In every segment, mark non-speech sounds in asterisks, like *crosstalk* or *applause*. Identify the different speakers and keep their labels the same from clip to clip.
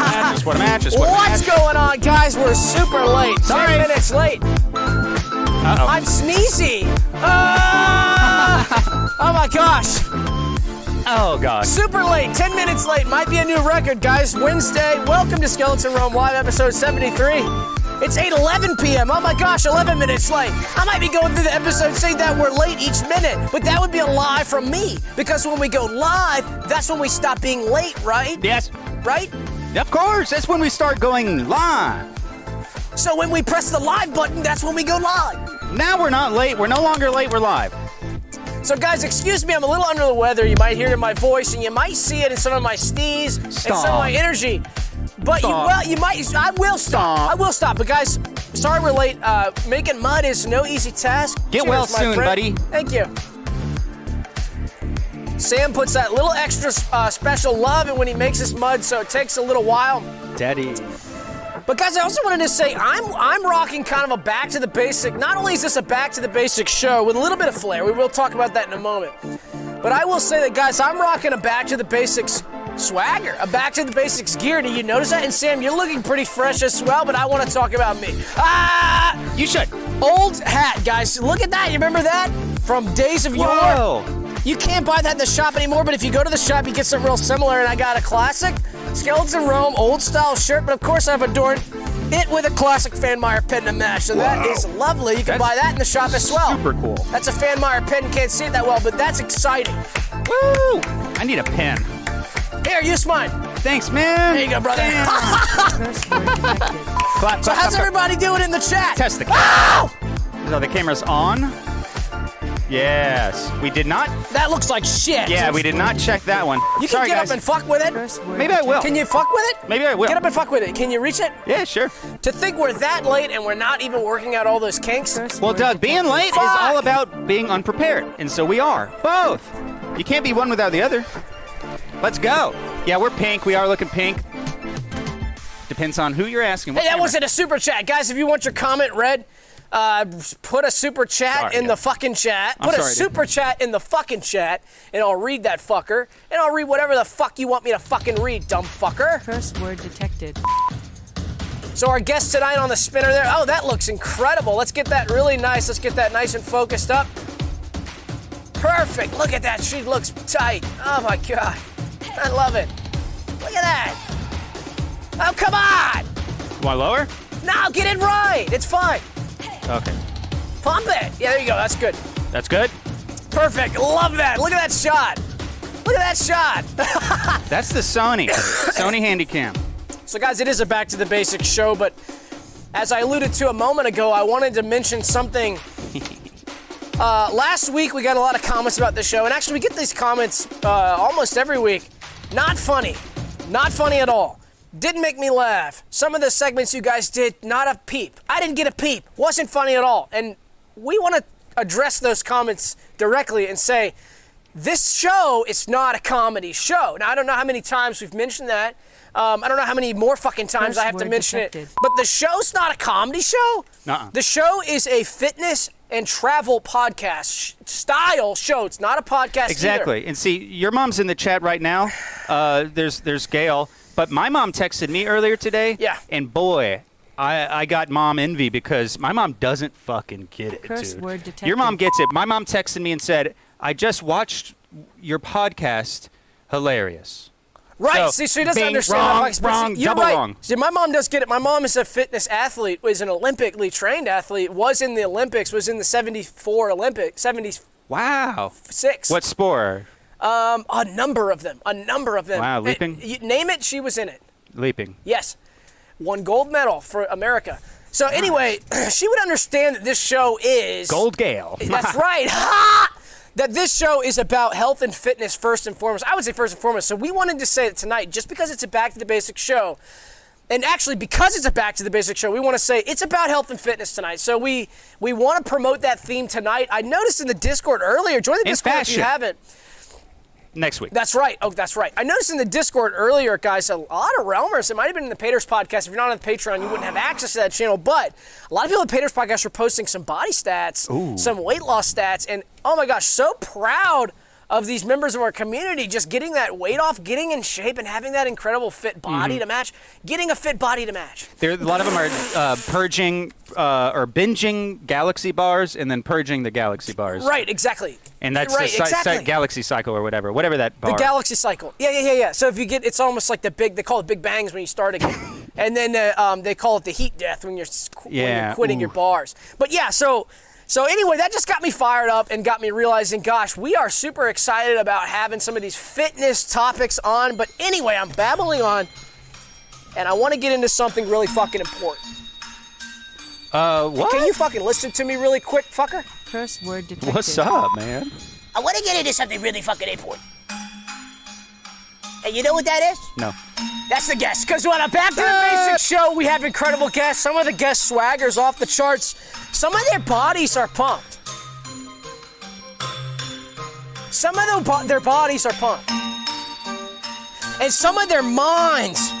Speaker 1: just what a match. Just what a
Speaker 2: What's
Speaker 1: match.
Speaker 2: going on, guys? We're super late.
Speaker 1: Sorry. Oh.
Speaker 2: Ten minutes late.
Speaker 1: Uh-oh.
Speaker 2: I'm sneezy. Ah! *laughs* oh my gosh.
Speaker 1: oh god.
Speaker 2: Super late. Ten minutes late. Might be a new record, guys. Wednesday. Welcome to Skeleton Room Live, episode 73. It's 8:11 p.m. Oh my gosh, 11 minutes late. I might be going through the episode saying that we're late each minute, but that would be a lie from me because when we go live, that's when we stop being late, right?
Speaker 1: Yes.
Speaker 2: Right?
Speaker 1: Of course. That's when we start going live.
Speaker 2: So when we press the live button, that's when we go live.
Speaker 1: Now we're not late. We're no longer late. We're live.
Speaker 2: So, guys, excuse me, I'm a little under the weather. You might hear it in my voice, and you might see it in some of my sneeze and some of my
Speaker 1: Stop.
Speaker 2: energy. But you
Speaker 1: Stop.
Speaker 2: well, you might. I will stop.
Speaker 1: Stop.
Speaker 2: I will stop. But guys, sorry we're late. Uh, making mud is no easy task.
Speaker 1: Get well
Speaker 2: my
Speaker 1: soon,
Speaker 2: friend.
Speaker 1: buddy.
Speaker 2: Thank you. Sam puts that little extra uh, special love in when he makes his mud, so it takes a little while.
Speaker 1: Daddy.
Speaker 2: But guys, I also wanted to say I'm I'm rocking kind of a back to the basic. Not only is this a back to the basic show with a little bit of flair, we will talk about that in a moment. But I will say that guys, I'm rocking a back to the basics swagger, a back to the basics gear. Do you notice that? And Sam, you're looking pretty fresh as well. But I want to talk about me. Ah,
Speaker 1: You should.
Speaker 2: old hat, guys. Look at that. You remember that from days of yore?
Speaker 1: Whoa.
Speaker 2: You can't buy that in the shop anymore, but if you go to the shop, you get something real similar. And I got a classic Skeleton Rome old style shirt, but of course I've adorned it with a classic Fanmeyer pin to match. So that is lovely. You can
Speaker 1: That's
Speaker 2: buy that in the shop as well.
Speaker 1: super cool.
Speaker 2: That's a Fanmeyer pin. Can't see it that well, but that's exciting.
Speaker 1: Woo. I need a pen.
Speaker 2: Here, use mine.
Speaker 1: Thanks, man.
Speaker 2: There you go, brother.
Speaker 1: Damn. *laughs* clap, clap,
Speaker 2: So how's
Speaker 1: clap, clap.
Speaker 2: everybody doing in the chat?
Speaker 1: Test the camera.
Speaker 2: Ow!
Speaker 1: So the camera's on. Yes. We did not.
Speaker 2: That looks like shit.
Speaker 1: Yeah, we did not check that one.
Speaker 2: You can
Speaker 1: Sorry,
Speaker 2: get
Speaker 1: guys.
Speaker 2: up and fuck with it.
Speaker 1: Maybe I will.
Speaker 2: Can you fuck with it?
Speaker 1: Maybe I will.
Speaker 2: Get up and fuck with it. Can you reach it?
Speaker 1: Yeah, sure.
Speaker 2: To think we're that late and we're not even working out all those kinks.
Speaker 1: Well, Doug, being late is
Speaker 2: Fuck!
Speaker 1: all about being unprepared, and so we are both. You can't be one without the other. Let's go. Yeah, we're pink. We are looking pink. Depends on who you're asking.
Speaker 2: Hey, that wasn't a super chat, guys. If you want your comment read, uh, put a super chat
Speaker 1: Sorry,
Speaker 2: in
Speaker 1: yeah.
Speaker 2: the fucking chat.
Speaker 1: I'm
Speaker 2: put a
Speaker 1: sorry, dude.
Speaker 2: super chat in the fucking chat, and I'll read that fucker, and I'll read whatever the fuck you want me to fucking read, dumb fucker.
Speaker 3: Curse word detected.
Speaker 2: So our guest tonight on the spinner there. Oh, that looks incredible. Let's get that really nice. Let's get that nice and focused up. Perfect. Look at that. She looks tight. Oh my god. I love it. Look at that. Oh come on.
Speaker 1: One lower.
Speaker 2: Now get it right. It's fine.
Speaker 1: Okay,
Speaker 2: Pump it. Yeah, there you go. That's good.
Speaker 1: that's good.
Speaker 2: Perfect. Love that. Look at that shot. Look at that shot. *laughs*
Speaker 1: That's the Sony
Speaker 2: *coughs*
Speaker 1: Sony Handycam.
Speaker 2: so, guys, it is a back to the basics show, but as I alluded to a moment ago, I wanted to mention something. Uh, last week, we got a lot of comments about the show, and actually, we get these comments uh, almost every week. Not funny. Not funny at all. Didn't make me laugh. Some of the segments you guys did, not a peep. I didn't get a peep. Wasn't funny at all. And we want to address those comments directly and say, this show is not a comedy show. Now, I don't know how many times we've mentioned that. Um, I don't know how many more fucking times
Speaker 3: Curse
Speaker 2: I have to
Speaker 3: word
Speaker 2: mention it.
Speaker 3: detected.
Speaker 2: But the show's not a comedy show.
Speaker 1: Nuh-uh.
Speaker 2: The show is a fitness and travel podcast sh- style show. It's not a podcast. either.
Speaker 1: Exactly. And see, your mom's in the chat right now. Uh, there's there's Gail, but my mom texted me earlier today.
Speaker 2: Yeah.
Speaker 1: And boy. I, I got mom envy because my mom doesn't fucking get it,
Speaker 3: Curse
Speaker 1: dude.
Speaker 3: word
Speaker 1: Your mom gets
Speaker 3: detected.
Speaker 1: it. My mom texted me and said, "I just watched your podcast. Hilarious."
Speaker 2: Right.
Speaker 1: So,
Speaker 2: see, she doesn't
Speaker 1: bing,
Speaker 2: understand.
Speaker 1: wrong,
Speaker 2: how podcast- but
Speaker 1: wrong,
Speaker 2: see, you're
Speaker 1: double
Speaker 2: right.
Speaker 1: wrong.
Speaker 2: See, my mom does get it. My mom is a fitness athlete. Was an Olympically trained athlete. Was in the Olympics. Was in the '74 Olympic, '76.
Speaker 1: Wow. What sport?
Speaker 2: A number of them. A number of them.
Speaker 1: Wow,
Speaker 2: It-
Speaker 1: leaping?
Speaker 2: you- name it. She was in it.
Speaker 1: Leaping.
Speaker 2: Yes. One gold medal for America. So anyway, *clears throat* she would understand that this show is
Speaker 1: Gold Gale. *laughs*
Speaker 2: That's right. Ha! That this show is about health and fitness first and foremost. I would say first and foremost. So we wanted to say that tonight, just because it's a back to the basics show, and actually because it's a back to the basics show, we want to say it's about health and fitness tonight. So we we want to promote that theme tonight. I noticed in the Discord earlier. Join the
Speaker 1: And
Speaker 2: Discord if you
Speaker 1: fashion.
Speaker 2: haven't.
Speaker 1: Next week.
Speaker 2: That's right. Oh, that's right. I noticed in the Discord earlier, guys, a lot of realmers. It might have been in the Pater's podcast. If you're not on the Patreon, you wouldn't have access to that channel. But a lot of people at Pater's podcast were posting some body stats, some weight loss stats, and oh my gosh, so proud of these members of our community just getting that weight off, getting in shape, and having that incredible fit body
Speaker 1: Mm-hmm.
Speaker 2: to match, getting a fit body to match.
Speaker 1: There, a lot of them are uh, purging uh, or binging galaxy bars and then purging the galaxy bars.
Speaker 2: Right, exactly.
Speaker 1: And that's
Speaker 2: right,
Speaker 1: the si- si-
Speaker 2: exactly.
Speaker 1: galaxy cycle or whatever, whatever that bar.
Speaker 2: The galaxy cycle. Yeah, yeah, yeah, yeah. So if you get, it's almost like the big. They call it big bangs when you start *laughs* again, and then uh, um, they call it the heat death when you're, s- qu- when
Speaker 1: Yeah,
Speaker 2: you're quitting
Speaker 1: ooh.
Speaker 2: your bars. But yeah, so so anyway, that just got me fired up and got me realizing, gosh, we are super excited about having some of these fitness topics on. But anyway, I'm babbling on, and I want to get into something really fucking important.
Speaker 1: Uh, what?
Speaker 2: Can you fucking listen to me really quick, fucker?
Speaker 3: Curse word detected.
Speaker 1: What's up, man?
Speaker 2: I want to get into something really fucking important. And you know what that is?
Speaker 1: No.
Speaker 2: That's the guest. Because on a Back to the Basics show, we have incredible guests. Some of the guest swaggers off the charts. Some of their bodies are pumped. Some of their, bo- their bodies are pumped. And some of their minds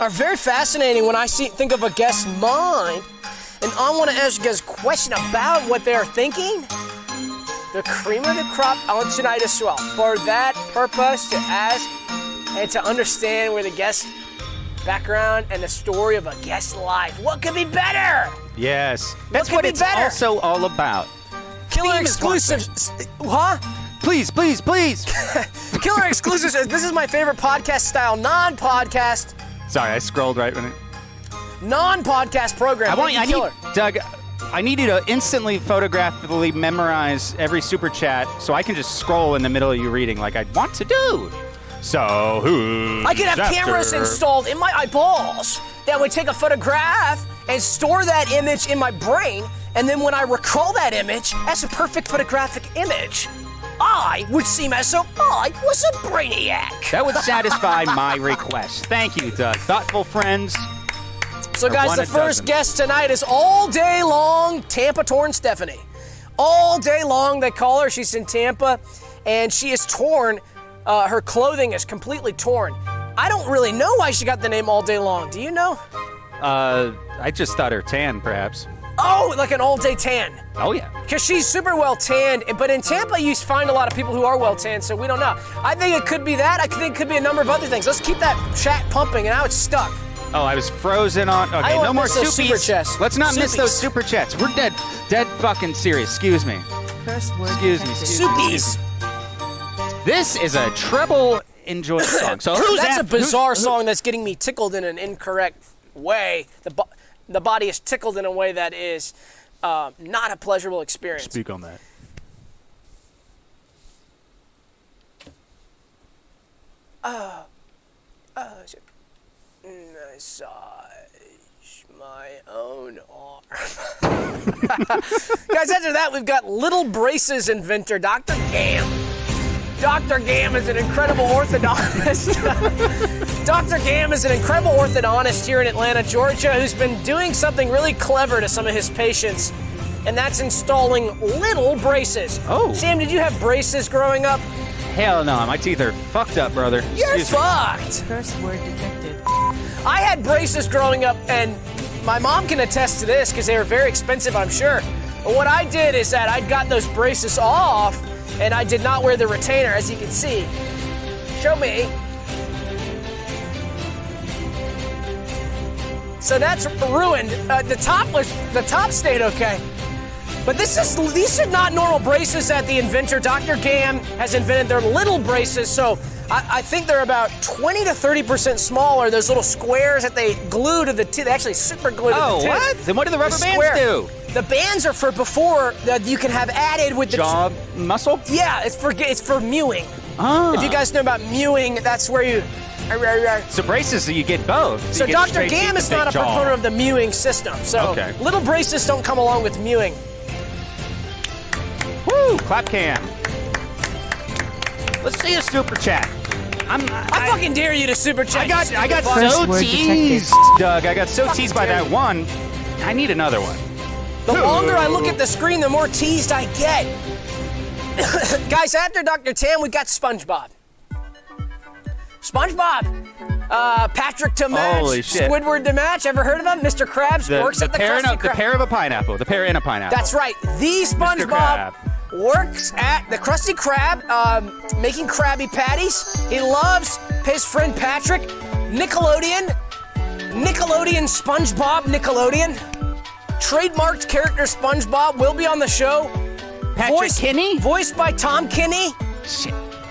Speaker 2: are very fascinating when I see think of a guest's mind. And I want to ask you guys a question about what they are thinking. The cream of the crop on tonight as well. For that purpose, to ask and to understand where the guest background and the story of a guest life. What could be better?
Speaker 1: Yes. That's
Speaker 2: could
Speaker 1: what
Speaker 2: be
Speaker 1: it's
Speaker 2: better?
Speaker 1: also all about.
Speaker 2: Killer
Speaker 1: Theme is one
Speaker 2: exclusives, huh?
Speaker 1: Please, please, please. *laughs*
Speaker 2: Killer exclusives. This is my favorite podcast style, non-podcast,
Speaker 1: Sorry, I scrolled right when it.
Speaker 2: non-podcast program.
Speaker 1: I want
Speaker 2: Thank
Speaker 1: I
Speaker 2: you,
Speaker 1: need
Speaker 2: Killer.
Speaker 1: Doug. I need you to instantly photographically memorize every super chat so I can just scroll in the middle of you reading like I want to do. So who?
Speaker 2: I could have cameras installed in my eyeballs that would take a photograph and store that image in my brain, and then when I recall that image as a perfect photographic image, I would seem as though I was a brainiac.
Speaker 1: That would satisfy my request. Thank you, Doug. Thoughtful friends.
Speaker 2: So,
Speaker 1: Or
Speaker 2: guys,
Speaker 1: one
Speaker 2: the
Speaker 1: a
Speaker 2: first
Speaker 1: dozen.
Speaker 2: guest tonight is all day long Tampa Torn Stephanie. All day long, they call her. She's in Tampa, and she is torn. Uh, her clothing is completely torn. I don't really know why she got the name All Day Long. Do you know?
Speaker 1: Uh, I just thought her tan, perhaps.
Speaker 2: Oh, like an all day tan.
Speaker 1: Oh yeah.
Speaker 2: Because she's super well tanned, but in Tampa, you find a lot of people who are well tanned, so we don't know. I think it could be that. I think it could be a number of other things. Let's keep that chat pumping, and now it's stuck.
Speaker 1: Oh, I was frozen on.
Speaker 2: I
Speaker 1: Okay,
Speaker 2: don't
Speaker 1: no more
Speaker 2: miss those
Speaker 1: soupies.
Speaker 2: super chats.
Speaker 1: Let's not miss
Speaker 2: Soupies.
Speaker 1: those super chats. We're dead, dead fucking serious. Excuse me.
Speaker 3: Curse word
Speaker 1: Excuse me.
Speaker 3: detected.
Speaker 1: Excuse me.
Speaker 2: Soupies.
Speaker 1: This is a treble enjoy
Speaker 2: *coughs*
Speaker 1: song. So who's
Speaker 2: That's
Speaker 1: that?
Speaker 2: a bizarre song that's getting me tickled in an incorrect way. The, bo- the body is tickled in a way that is uh, not a pleasurable experience.
Speaker 1: Speak on that.
Speaker 2: massage my own arm. *laughs* Guys, after that, we've got Little Braces inventor Dr. Gam. Dr. Gam is an incredible orthodontist. *laughs* Dr. Gam is an incredible orthodontist here in Atlanta, Georgia, who's been doing something really clever to some of his patients, and that's installing little braces.
Speaker 1: Oh.
Speaker 2: Sam, did you have braces growing up?
Speaker 1: Hell no, my teeth are fucked up, brother.
Speaker 2: You're
Speaker 1: Excuse me.
Speaker 2: fucked.
Speaker 3: Curse word detected.
Speaker 2: I had braces growing up, and my mom can attest to this because they were very expensive, I'm sure. But what I did is that I got those braces off, and I did not wear the retainer, as you can see. Show me. So that's ruined. Uh, the top was the top stayed okay, but this is these are not normal braces that the inventor Dr. Gam has invented. They're little braces, so I, I think they're about 20 to 30 percent smaller. Those little squares that they glue to the tooth, they actually super glue to
Speaker 1: Oh,
Speaker 2: the tooth.
Speaker 1: what? Then what do the rubber bands
Speaker 2: square.
Speaker 1: do?
Speaker 2: The bands are for before that you can have added with the
Speaker 1: Jaw muscle?
Speaker 2: Yeah, it's for it's for mewing.
Speaker 1: Ah.
Speaker 2: If you guys know about mewing, that's where you.
Speaker 1: So braces, you get both.
Speaker 2: So
Speaker 1: you get
Speaker 2: Dr.
Speaker 1: straight
Speaker 2: Gam
Speaker 1: teeth
Speaker 2: is
Speaker 1: and
Speaker 2: not a
Speaker 1: big jaw.
Speaker 2: proponent of the mewing system. So
Speaker 1: Okay.
Speaker 2: little braces don't come along with mewing.
Speaker 1: Woo! Clap cam. Let's see a super chat. I'm. I,
Speaker 2: I, fucking dare you to super chat.
Speaker 1: I got.
Speaker 2: you
Speaker 1: I got
Speaker 2: stupid
Speaker 3: First
Speaker 1: so
Speaker 3: word
Speaker 1: teased, Doug. I got so teased by
Speaker 2: dare
Speaker 1: that
Speaker 2: you.
Speaker 1: one. I need another one.
Speaker 2: The longer I look at the screen, the more teased I get. *laughs* Guys, after Dr. Tam, we got SpongeBob. SpongeBob. Uh, Patrick to match.
Speaker 1: Holy shit.
Speaker 2: Squidward to match. Ever heard of him? Mr. Krabs
Speaker 1: The,
Speaker 2: works
Speaker 1: the
Speaker 2: at the
Speaker 1: pair
Speaker 2: Krusty
Speaker 1: and a, the
Speaker 2: Krab.
Speaker 1: pair of a pineapple. The pair and a pineapple.
Speaker 2: That's right. The SpongeBob
Speaker 1: Krab.
Speaker 2: works at the Krusty Krab, um, making Krabby Patties. He loves his friend Patrick, Nickelodeon, Nickelodeon SpongeBob Nickelodeon. Trademarked character SpongeBob will be on the show.
Speaker 1: Patrick Kinney?
Speaker 2: Voiced by Tom Kinney.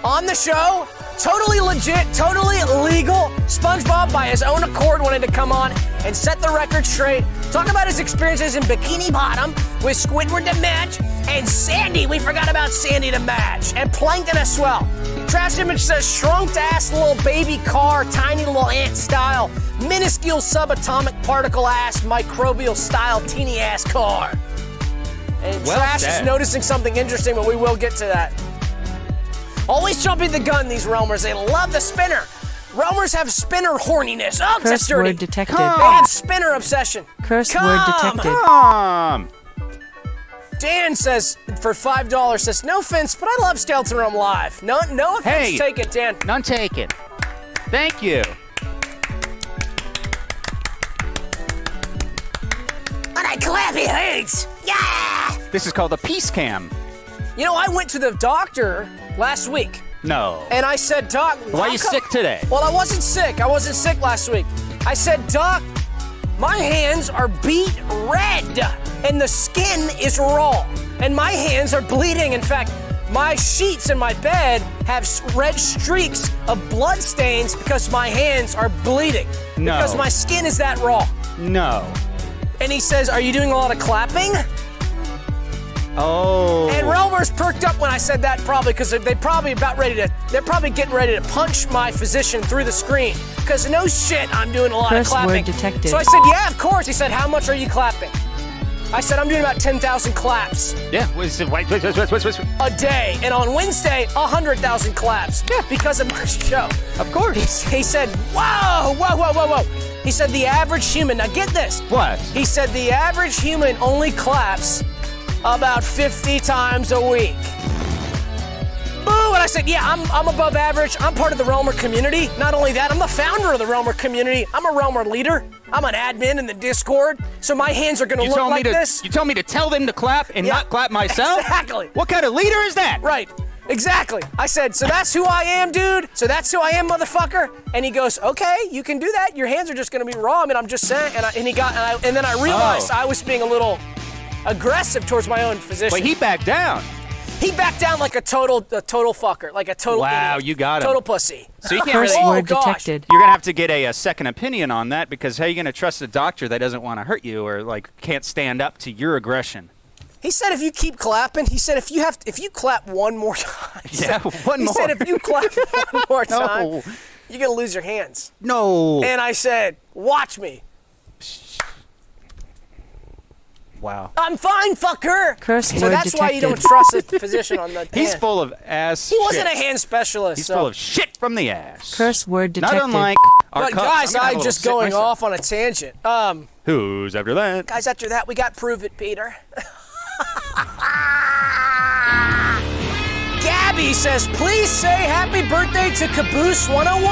Speaker 2: On the show. Totally legit, totally legal. SpongeBob, by his own accord, wanted to come on and set the record straight. Talk about his experiences in Bikini Bottom with Squidward to match and Sandy. We forgot about Sandy to match and Plankton as well. Trash Image says shrunk ass little baby car, tiny little ant style, minuscule subatomic particle ass, microbial style, teeny ass car. And
Speaker 1: Well
Speaker 2: Trash
Speaker 1: said.
Speaker 2: is noticing something interesting, but we will get to that. Always jumping the gun, these roamers. They love the spinner. Roamers have spinner horniness. Oh, that's
Speaker 3: Curse
Speaker 2: dirty.
Speaker 3: word detected.
Speaker 2: They have spinner obsession.
Speaker 3: Curse
Speaker 2: Come
Speaker 3: word detected.
Speaker 2: Oh,
Speaker 1: Um,
Speaker 2: Dan says for five dollars says no offense, but I love Stealth Room Live. No, no offense
Speaker 1: Hey.
Speaker 2: taken, Dan.
Speaker 1: none taken. Thank you.
Speaker 2: But I clappy hands. Yeah.
Speaker 1: This is called a peace cam.
Speaker 2: You know, I went to the doctor last week,
Speaker 1: No.
Speaker 2: and I said, Doc,
Speaker 1: Why
Speaker 2: how
Speaker 1: you
Speaker 2: come-"
Speaker 1: sick today?
Speaker 2: Well, I wasn't sick. I wasn't sick last week. I said, Doc, my hands are beat red, and the skin is raw, and my hands are bleeding. In fact. My sheets in my bed have s- red streaks of blood stains because my hands are bleeding.
Speaker 1: No.
Speaker 2: Because my skin is that raw.
Speaker 1: No.
Speaker 2: And he says, Are you doing a lot of clapping?
Speaker 1: Oh.
Speaker 2: And Romer's perked up when I said that, probably because they probably about ready to. They're probably getting ready to punch my physician through the screen. Because no shit, I'm doing a lot
Speaker 3: Curse
Speaker 2: of clapping.
Speaker 3: word detected.
Speaker 2: So I said, yeah, of course. He said, how much are you clapping? I said, I'm doing about 10,000 claps
Speaker 1: yeah. Wait, wait, wait, wait, wait, wait.
Speaker 2: a day, and on Wednesday, 100,000 claps
Speaker 1: Yeah.
Speaker 2: because of my *laughs* show.
Speaker 1: Of course.
Speaker 2: He said, whoa, whoa, whoa, whoa, whoa. He said, the average human. Now get this.
Speaker 1: What?
Speaker 2: He said the average human only claps about 50 times a week. Boo! And I said, yeah, I'm, I'm above average. I'm part of the Romer community. Not only that, I'm the founder of the Romer community. I'm a Romer leader. I'm an admin in the Discord. So my hands are going to
Speaker 1: You
Speaker 2: look
Speaker 1: told
Speaker 2: like
Speaker 1: me to.
Speaker 2: this.
Speaker 1: You told me to tell them to clap and
Speaker 2: Yeah.
Speaker 1: not clap myself.
Speaker 2: Exactly.
Speaker 1: What kind of leader is that?
Speaker 2: Right. Exactly. I said, so that's who I am, dude. So that's who I am, motherfucker. And he goes, okay, you can do that. Your hands are just gonna be raw. I mean, I'm just saying. And, I, and he got, and, I, and then I realized
Speaker 1: Oh.
Speaker 2: I was being a little aggressive towards my own physician.
Speaker 1: But he backed down.
Speaker 2: he backed down like a total, a total fucker, like a total.
Speaker 1: Wow,
Speaker 2: idiot.
Speaker 1: you got him.
Speaker 2: Total pussy.
Speaker 1: So you can't
Speaker 3: Curse
Speaker 1: really.
Speaker 2: Oh,
Speaker 3: word
Speaker 2: gosh.
Speaker 3: detected.
Speaker 1: You're gonna have to get a, a second opinion on that because how are you gonna trust a doctor that doesn't want to hurt you or like can't stand up to your aggression?
Speaker 2: He said, if you keep clapping, he said, if you have, if you clap one more *laughs* time. he
Speaker 1: Yeah,
Speaker 2: said-
Speaker 1: one
Speaker 2: He said,
Speaker 1: more.
Speaker 2: if you
Speaker 1: *laughs*
Speaker 2: clap one more time,
Speaker 1: No.
Speaker 2: you're gonna lose your hands.
Speaker 1: No.
Speaker 2: And I said, watch me.
Speaker 1: wow.
Speaker 2: I'm fine, fucker.
Speaker 3: Curse
Speaker 2: so
Speaker 3: word
Speaker 2: that's why you don't
Speaker 3: detected.
Speaker 2: trust a physician on the.
Speaker 1: *laughs* He's
Speaker 2: hand.
Speaker 1: full of ass.
Speaker 2: He wasn't
Speaker 1: shit.
Speaker 2: a hand specialist.
Speaker 1: He's
Speaker 2: so.
Speaker 1: full of shit from the ass.
Speaker 3: Curse word detected.
Speaker 1: Not unlike our
Speaker 2: But
Speaker 1: cups.
Speaker 2: guys,
Speaker 1: I'm gonna have
Speaker 2: I
Speaker 1: a
Speaker 2: just
Speaker 1: little
Speaker 2: going
Speaker 1: sip
Speaker 2: off
Speaker 1: myself.
Speaker 2: on a tangent. Um,
Speaker 1: Who's after that?
Speaker 2: guys, after that, we got prove it, Peter. *laughs* Gabby says, please say happy birthday to Caboose 101.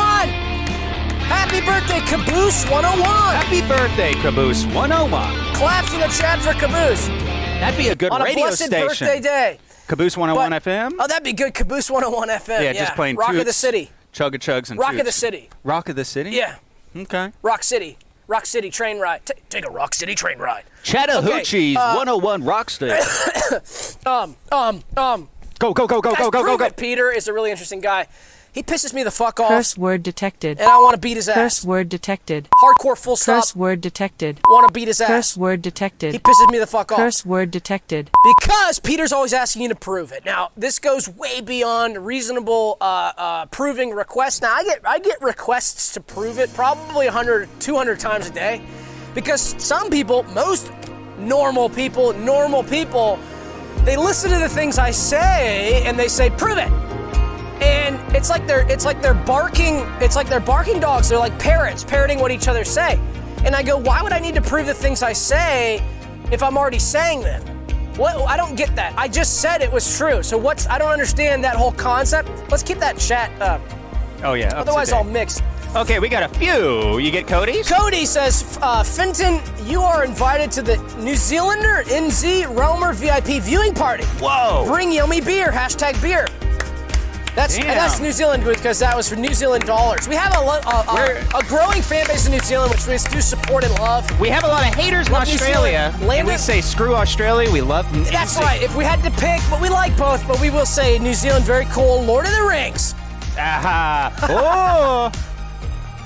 Speaker 2: Happy birthday, Caboose 101.
Speaker 1: Happy birthday, Caboose 101.
Speaker 2: Claps in the chat for Caboose
Speaker 1: That'd be a good
Speaker 2: on a
Speaker 1: radio
Speaker 2: blessed
Speaker 1: station.
Speaker 2: birthday day.
Speaker 1: Caboose 101
Speaker 2: But-
Speaker 1: FM.
Speaker 2: Oh, that'd be good. Caboose 101 FM.
Speaker 1: yeah, just playing
Speaker 2: Rock of the
Speaker 1: toots,
Speaker 2: City.
Speaker 1: Chugga chugs and
Speaker 2: Rock of the
Speaker 1: toots.
Speaker 2: City.
Speaker 1: Rock of the city.
Speaker 2: Yeah.
Speaker 1: Okay.
Speaker 2: Rock City. Rock City train ride. Ta take a Rock City train ride.
Speaker 1: Chattahoochee's
Speaker 2: Okay, uh,
Speaker 1: 101 rock
Speaker 2: *laughs*
Speaker 1: station.
Speaker 2: Um, um, um.
Speaker 1: go go go go
Speaker 2: Guys,
Speaker 1: go go go
Speaker 2: prove
Speaker 1: go.
Speaker 2: it. Peter is a really interesting guy. He pisses me the fuck off,
Speaker 3: Curse word detected.
Speaker 2: and I want to beat his
Speaker 3: Curse
Speaker 2: ass.
Speaker 3: word detected.
Speaker 2: Hardcore full stop.
Speaker 3: Curse word detected.
Speaker 2: Want to beat his
Speaker 3: Curse
Speaker 2: ass.
Speaker 3: word
Speaker 2: He
Speaker 3: detected.
Speaker 2: pisses me the fuck off.
Speaker 3: Curse word detected.
Speaker 2: because Peter's always asking you to prove it. Now, this goes way beyond reasonable uh, uh, proving requests. Now, I get I get requests to prove it probably 100, 200 times a day, because some people, most normal people, normal people, they listen to the things I say and they say, "Prove it." and it's like they're it's like they're barking it's like they're barking dogs they're like parrots parroting what each other say and i go why would i need to prove the things i say if i'm already saying them what i don't get that i just said it was true so what's i don't understand that whole concept let's keep that chat up
Speaker 1: Oh yeah. up to
Speaker 2: otherwise
Speaker 1: date.
Speaker 2: i'll mix
Speaker 1: Okay, we got a few. You get Cody's?
Speaker 2: Cody says, uh, Fenton, you are invited to the New Zealander NZ Realmer VIP viewing party.
Speaker 1: Whoa.
Speaker 2: Bring yummy beer, hashtag beer. That's and
Speaker 1: Damn.
Speaker 2: that's New Zealand because that was for New Zealand dollars. We have a, lo- a,
Speaker 1: Where-
Speaker 2: a, a growing fan base in New Zealand, which we do support and love.
Speaker 1: We have a lot of haters in
Speaker 2: Love New
Speaker 1: Australia.
Speaker 2: Zealand.
Speaker 1: And
Speaker 2: Land
Speaker 1: we
Speaker 2: it-
Speaker 1: say screw Australia. We love.
Speaker 2: That's right. If we had to pick, but we like both, but we will say New Zealand very cool. Lord of the Rings. *laughs*
Speaker 1: Aha. Oh.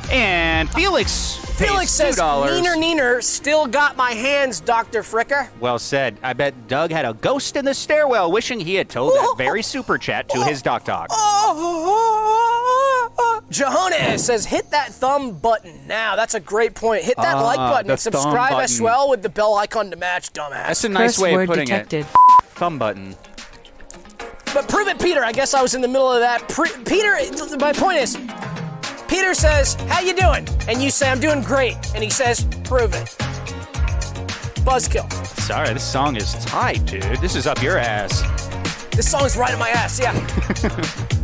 Speaker 1: and Felix. pays
Speaker 2: Felix says,
Speaker 1: $2.
Speaker 2: Neener Neener still got my hands, Dr. Fricker.
Speaker 1: Well said. I bet Doug had a ghost in the stairwell, wishing he had told that
Speaker 2: *laughs*
Speaker 1: very super chat to his doc dog.
Speaker 2: Oh. Johannes says, hit that thumb button now. That's a great point. Hit that
Speaker 1: Ah,
Speaker 2: like button
Speaker 1: the
Speaker 2: and subscribe
Speaker 1: thumb
Speaker 2: as
Speaker 1: button.
Speaker 2: well with the bell icon to match, dumbass.
Speaker 1: That's a nice
Speaker 3: Curse
Speaker 1: way of
Speaker 3: word
Speaker 1: putting
Speaker 3: detected.
Speaker 1: it. Thumb button.
Speaker 2: But prove it, Peter. I guess I was in the middle of that. Pre- Peter, my point is, Peter says, how you doing? And you say, I'm doing great. And he says, prove it. Buzzkill.
Speaker 1: Sorry, this song is tied, dude. This is up your ass.
Speaker 2: This song's right up my ass,
Speaker 1: *laughs*
Speaker 2: yeah.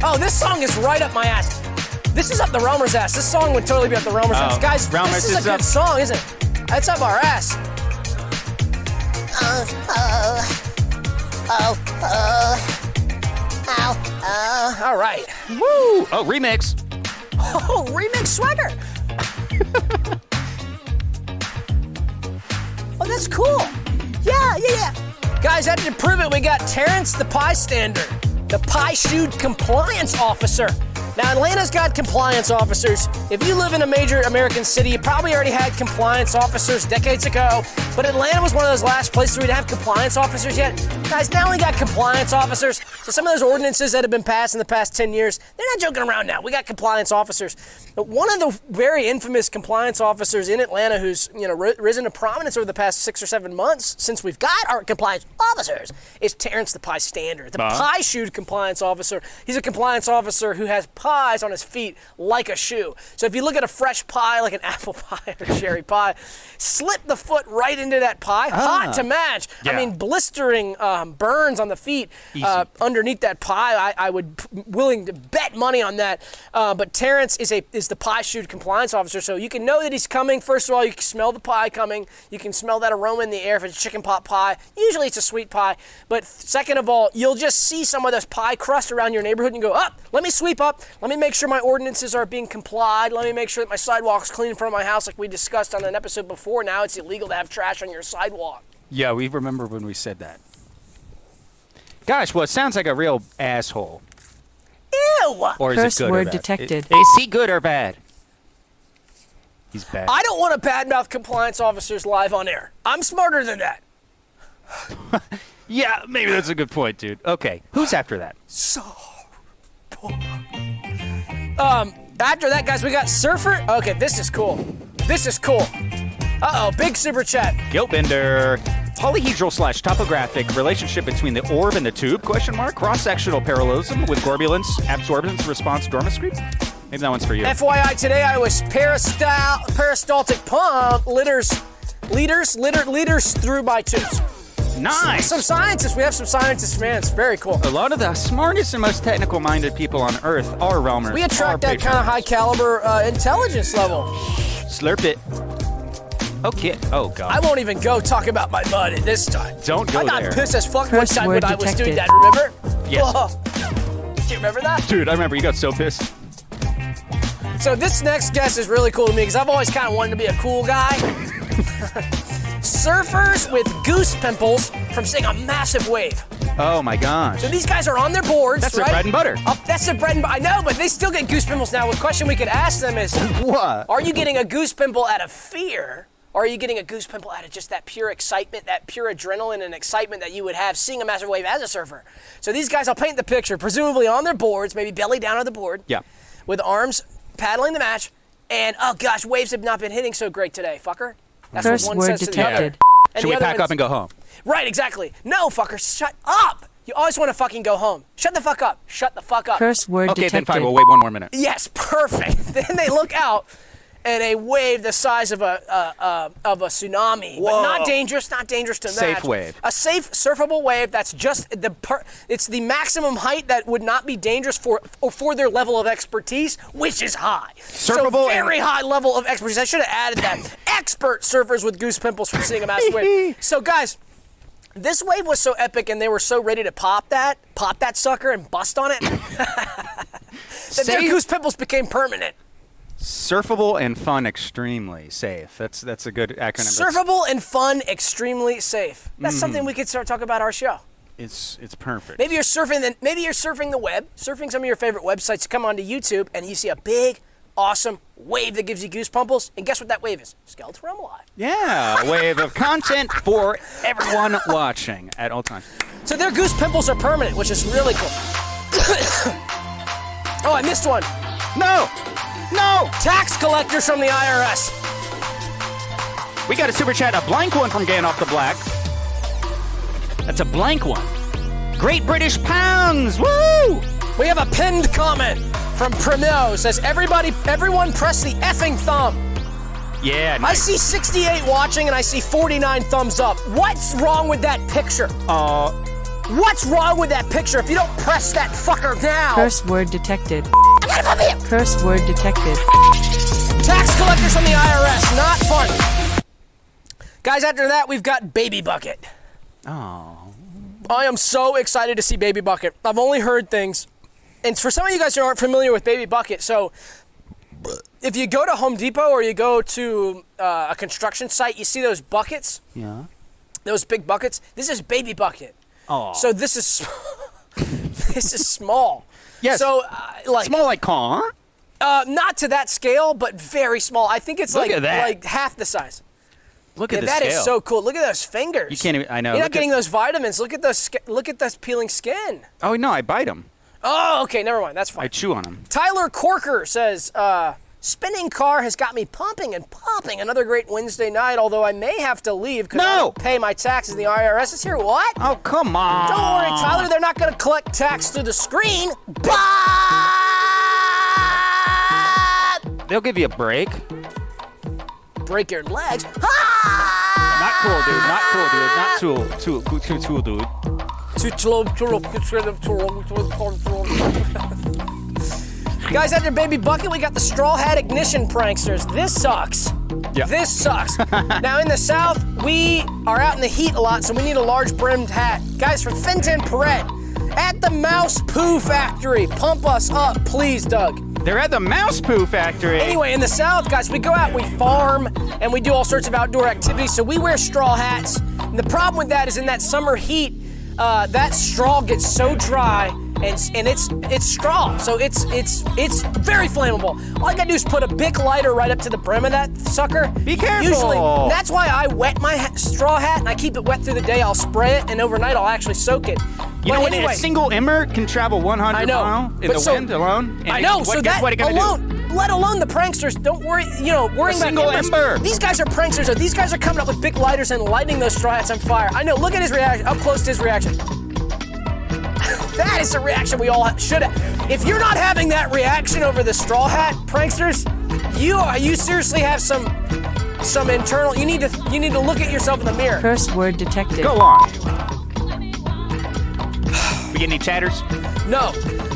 Speaker 2: oh, this song is right up my ass. This is up the Romer's ass. This song would totally be up the Romer's
Speaker 1: Oh,
Speaker 2: ass. Guys,
Speaker 1: Romer's
Speaker 2: this is a
Speaker 1: is
Speaker 2: good
Speaker 1: up-
Speaker 2: song, isn't it? That's up our ass. Oh, oh, oh, oh, oh. All right.
Speaker 1: Woo! Oh, remix.
Speaker 2: Oh, remix swagger. oh, that's cool. Yeah, yeah, yeah. Guys, that to prove it, we got Terrence the Pie Stander, the Pie Shoot Compliance Officer. Now, Atlanta's got compliance officers. If you live in a major American city, you probably already had compliance officers decades ago, but Atlanta was one of those last places we didn't have compliance officers yet. Guys, now we got compliance officers. So some of those ordinances that have been passed in the past 10 years, they're not joking around now. We got compliance officers. But one of the very infamous compliance officers in Atlanta who's, you know, ri- risen to prominence over the past 6 or 7 months since we've got our compliance officers is Terrence the Pie Stander, the
Speaker 1: Bah.
Speaker 2: pie shoe compliance officer. He's a compliance officer who has pies on his feet like a shoe. So if you look at a fresh pie like an *laughs* apple pie or cherry pie, slip the foot right into that pie, hot to match. I
Speaker 1: Yeah.
Speaker 2: mean, blistering um, burns on the feet uh,
Speaker 1: Easy.
Speaker 2: underneath that pie. I, I would p- willing to bet money on that. Uh, but Terrence is a is the pie shoot compliance officer, so you can know that he's coming. First of all, you can smell the pie coming. You can smell that aroma in the air if it's chicken pot pie. Usually it's a sweet pie. But second of all, you'll just see some of this pie crust around your neighborhood and you go, up. let me sweep up. Let me make sure my ordinances are being complied. Let me make sure that my sidewalk's clean in front of my house, like we discussed on an episode before. Now it's illegal to have trash on your sidewalk.
Speaker 1: Yeah, we remember when we said that. Gosh, well, it sounds like a real asshole.
Speaker 2: Ew.
Speaker 1: Or is
Speaker 3: Curse
Speaker 1: it good
Speaker 3: word
Speaker 1: or bad?
Speaker 3: detected.
Speaker 1: I- Is, he good or bad? He's bad.
Speaker 2: I don't want to badmouth compliance officers live on air. I'm smarter than that.
Speaker 1: yeah, maybe that's a good point, dude. Okay, who's after that?
Speaker 2: After that, guys, we got Surfer. Okay, this is cool. This is cool. Uh oh, big super chat.
Speaker 1: Gilbender. Polyhedral slash topographic relationship between the orb and the tube? Question mark. Cross-sectional parallelism with gorbulence, absorbance, response, dormiscrete. Maybe that one's for you.
Speaker 2: FYI, today I was peristal- peristaltic pump litters, leaders, litter, leaders through my tubes.
Speaker 1: nice.
Speaker 2: Some scientists. We have some scientists, man. It's very cool.
Speaker 1: a lot of the smartest and most technical-minded people on Earth are realmers.
Speaker 2: We
Speaker 1: are
Speaker 2: attract that
Speaker 1: patrons.
Speaker 2: kind of high caliber uh, intelligence level.
Speaker 1: Slurp it. Okay. Oh
Speaker 2: I
Speaker 1: god.
Speaker 2: won't even go talk about my bud at this time.
Speaker 1: Don't go
Speaker 2: I got
Speaker 1: there.
Speaker 2: pissed as fuck
Speaker 3: Curse
Speaker 2: one time when
Speaker 3: word
Speaker 2: I was doing
Speaker 3: detected.
Speaker 2: that. Remember?
Speaker 1: Yes.
Speaker 2: Whoa. *laughs* Do you remember that?
Speaker 1: Dude, I remember you got so pissed.
Speaker 2: So this next guest is really cool to me because I've always kind of wanted to be a cool guy. *laughs* Surfers with goose pimples from seeing a massive wave.
Speaker 1: Oh my gosh.
Speaker 2: So these guys are on their boards,
Speaker 1: That's their
Speaker 2: right?
Speaker 1: bread and butter.
Speaker 2: Uh, that's their bread and butter. I know, but they still get goose pimples now. The question we could ask them is,
Speaker 1: What?
Speaker 2: are you getting a goose pimple out of fear? Or are you getting a goose pimple out of just that pure excitement, that pure adrenaline and excitement that you would have seeing a massive wave as a surfer? So these guys, I'll paint the picture, presumably on their boards, maybe belly down on the board.
Speaker 1: Yeah.
Speaker 2: With arms paddling the match, and oh gosh, waves have not been hitting so great today, fucker. That's
Speaker 3: Curse
Speaker 2: what one
Speaker 3: word
Speaker 2: says to the other.
Speaker 3: detected.
Speaker 2: And
Speaker 1: Should
Speaker 2: the
Speaker 1: we
Speaker 2: other
Speaker 1: pack
Speaker 2: one's-
Speaker 1: up and go home?
Speaker 2: Right, exactly. No, fucker, shut up. You always want to fucking go home. Shut the fuck up. Shut the fuck up.
Speaker 3: Curse word
Speaker 1: Okay,
Speaker 2: *laughs*
Speaker 3: detected.
Speaker 1: then fine. We'll wait one more minute.
Speaker 2: Yes, perfect. then they look out and a wave the size of a uh, uh, of a tsunami, but
Speaker 1: Whoa.
Speaker 2: not dangerous, not dangerous to
Speaker 1: Safe
Speaker 2: match.
Speaker 1: wave.
Speaker 2: A safe surfable wave that's just the per- it's the maximum height that would not be dangerous for or for their level of expertise, which is high.
Speaker 1: Surfable
Speaker 2: so
Speaker 1: and-
Speaker 2: very high level of expertise. I should have added
Speaker 1: *laughs*
Speaker 2: that. Expert surfers with goose pimples from seeing a massive wave. So guys, this wave was so epic and they were so ready to pop that, pop that sucker and bust on it that their
Speaker 1: Safe.
Speaker 2: goose pimples became permanent.
Speaker 1: Surfable and fun, extremely safe. That's that's a good acronym. That's-
Speaker 2: Surfable and fun, extremely safe. That's something we could start talking about our show.
Speaker 1: It's it's perfect.
Speaker 2: Maybe you're surfing the maybe you're surfing the web, surfing some of your favorite websites. Come onto YouTube and you see a big, awesome wave that gives you goose pimples. And guess what that wave is? Skeletor I'm alive.
Speaker 1: Yeah, a wave of content for everyone watching at all times.
Speaker 2: So their goose pimples are permanent, which is really cool. *coughs* oh, I missed one. Oh,
Speaker 1: No, no.
Speaker 2: Tax collectors from the IRS.
Speaker 1: We got a super chat, a blank one from Gan off the Black. That's a blank one. Great British pounds. Woo!
Speaker 2: We have a pinned comment from Primo says everybody everyone press the effing thumb.
Speaker 1: Yeah.
Speaker 2: I
Speaker 1: Nice.
Speaker 2: see 68 watching and I see 49 thumbs up. What's wrong with that picture?
Speaker 1: Uh,
Speaker 2: What's wrong with that picture? If you don't press that fucker now,
Speaker 3: Curse word detected. Curse word detected.
Speaker 2: tax collectors from the IRS, not fun. Guys, after that, we've got Baby Bucket.
Speaker 1: oh.
Speaker 2: I am so excited to see Baby Bucket. I've only heard things. And for some of you guys who aren't familiar with Baby Bucket, so if you go to Home Depot or you go to uh, a construction site, you see those buckets,
Speaker 1: Yeah.
Speaker 2: those big buckets. This is Baby Bucket.
Speaker 1: Oh.
Speaker 2: So this is *laughs* this is small.
Speaker 1: Yes.
Speaker 2: So uh, like
Speaker 1: small like car.
Speaker 2: uh, not to that scale, but very small. I think it's
Speaker 1: Look
Speaker 2: like
Speaker 1: at that.
Speaker 2: like half the size.
Speaker 1: Look
Speaker 2: Yeah,
Speaker 1: at
Speaker 2: that
Speaker 1: this
Speaker 2: is so cool. Look at those fingers.
Speaker 1: You can't even- I know.
Speaker 2: You're
Speaker 1: Look
Speaker 2: not
Speaker 1: at-
Speaker 2: getting those vitamins. Look at those. sk- Look at those peeling skin.
Speaker 1: Oh no, I bite them.
Speaker 2: Oh, okay. Never mind. That's fine.
Speaker 1: I chew on them.
Speaker 2: Tyler Corker says, uh, spinning car has got me pumping and pumping. Another great Wednesday night, although I may have to leave because I
Speaker 1: No.
Speaker 2: don't pay my taxes. The IRS is here. What?
Speaker 1: Oh come on.
Speaker 2: Don't worry, Tyler. They're not going to collect tax through the screen. But
Speaker 1: They'll give you a break.
Speaker 2: break your legs. Ah!
Speaker 1: Not cool, dude. Not cool, dude. Not tool, tool, cool, tool, tool, dude.
Speaker 2: Guys, after Baby Bucket, we got the Straw Hat Ignition Pranksters. This sucks.
Speaker 1: Yeah.
Speaker 2: This sucks. now, in the South, we are out in the heat a lot, so we need a large brimmed hat. Guys, from Fenton Perret, at the Mouse Poo Factory, pump us up, please, Doug.
Speaker 1: They're at the mouse poo factory.
Speaker 2: Anyway, in the South, guys, we go out, we farm, and we do all sorts of outdoor activities. So we wear straw hats. And the problem with that is in that summer heat, uh, that straw gets so dry, and, and it's it's straw, so it's it's it's very flammable. All I gotta do is put a big lighter right up to the brim of that sucker.
Speaker 1: Be careful.
Speaker 2: Usually, that's why I wet my ha- straw hat and I keep it wet through the day. I'll spray it, and overnight I'll actually soak it.
Speaker 1: You
Speaker 2: but
Speaker 1: know, what?
Speaker 2: anyway,
Speaker 1: a single emmer can travel 100
Speaker 2: I know.
Speaker 1: mile in
Speaker 2: But
Speaker 1: the
Speaker 2: so-
Speaker 1: wind alone. And
Speaker 2: I know.
Speaker 1: What,
Speaker 2: so
Speaker 1: guess
Speaker 2: that
Speaker 1: what it gonna
Speaker 2: alone,
Speaker 1: do?
Speaker 2: let alone the pranksters. Don't worry. You know, worrying
Speaker 1: A
Speaker 2: about
Speaker 1: single
Speaker 2: embers.
Speaker 1: ember.
Speaker 2: These guys are pranksters. Or these guys are coming up with big lighters and lighting those straw hats on fire. I know. Look at his reaction. Up close to his reaction. *laughs* that is the reaction we all should. have. If you're not having that reaction over the straw hat pranksters, you are. You seriously have some some internal. You need to. You need to look at yourself in the mirror.
Speaker 3: Curse word detected.
Speaker 1: Go on. We get any chatters?
Speaker 2: No.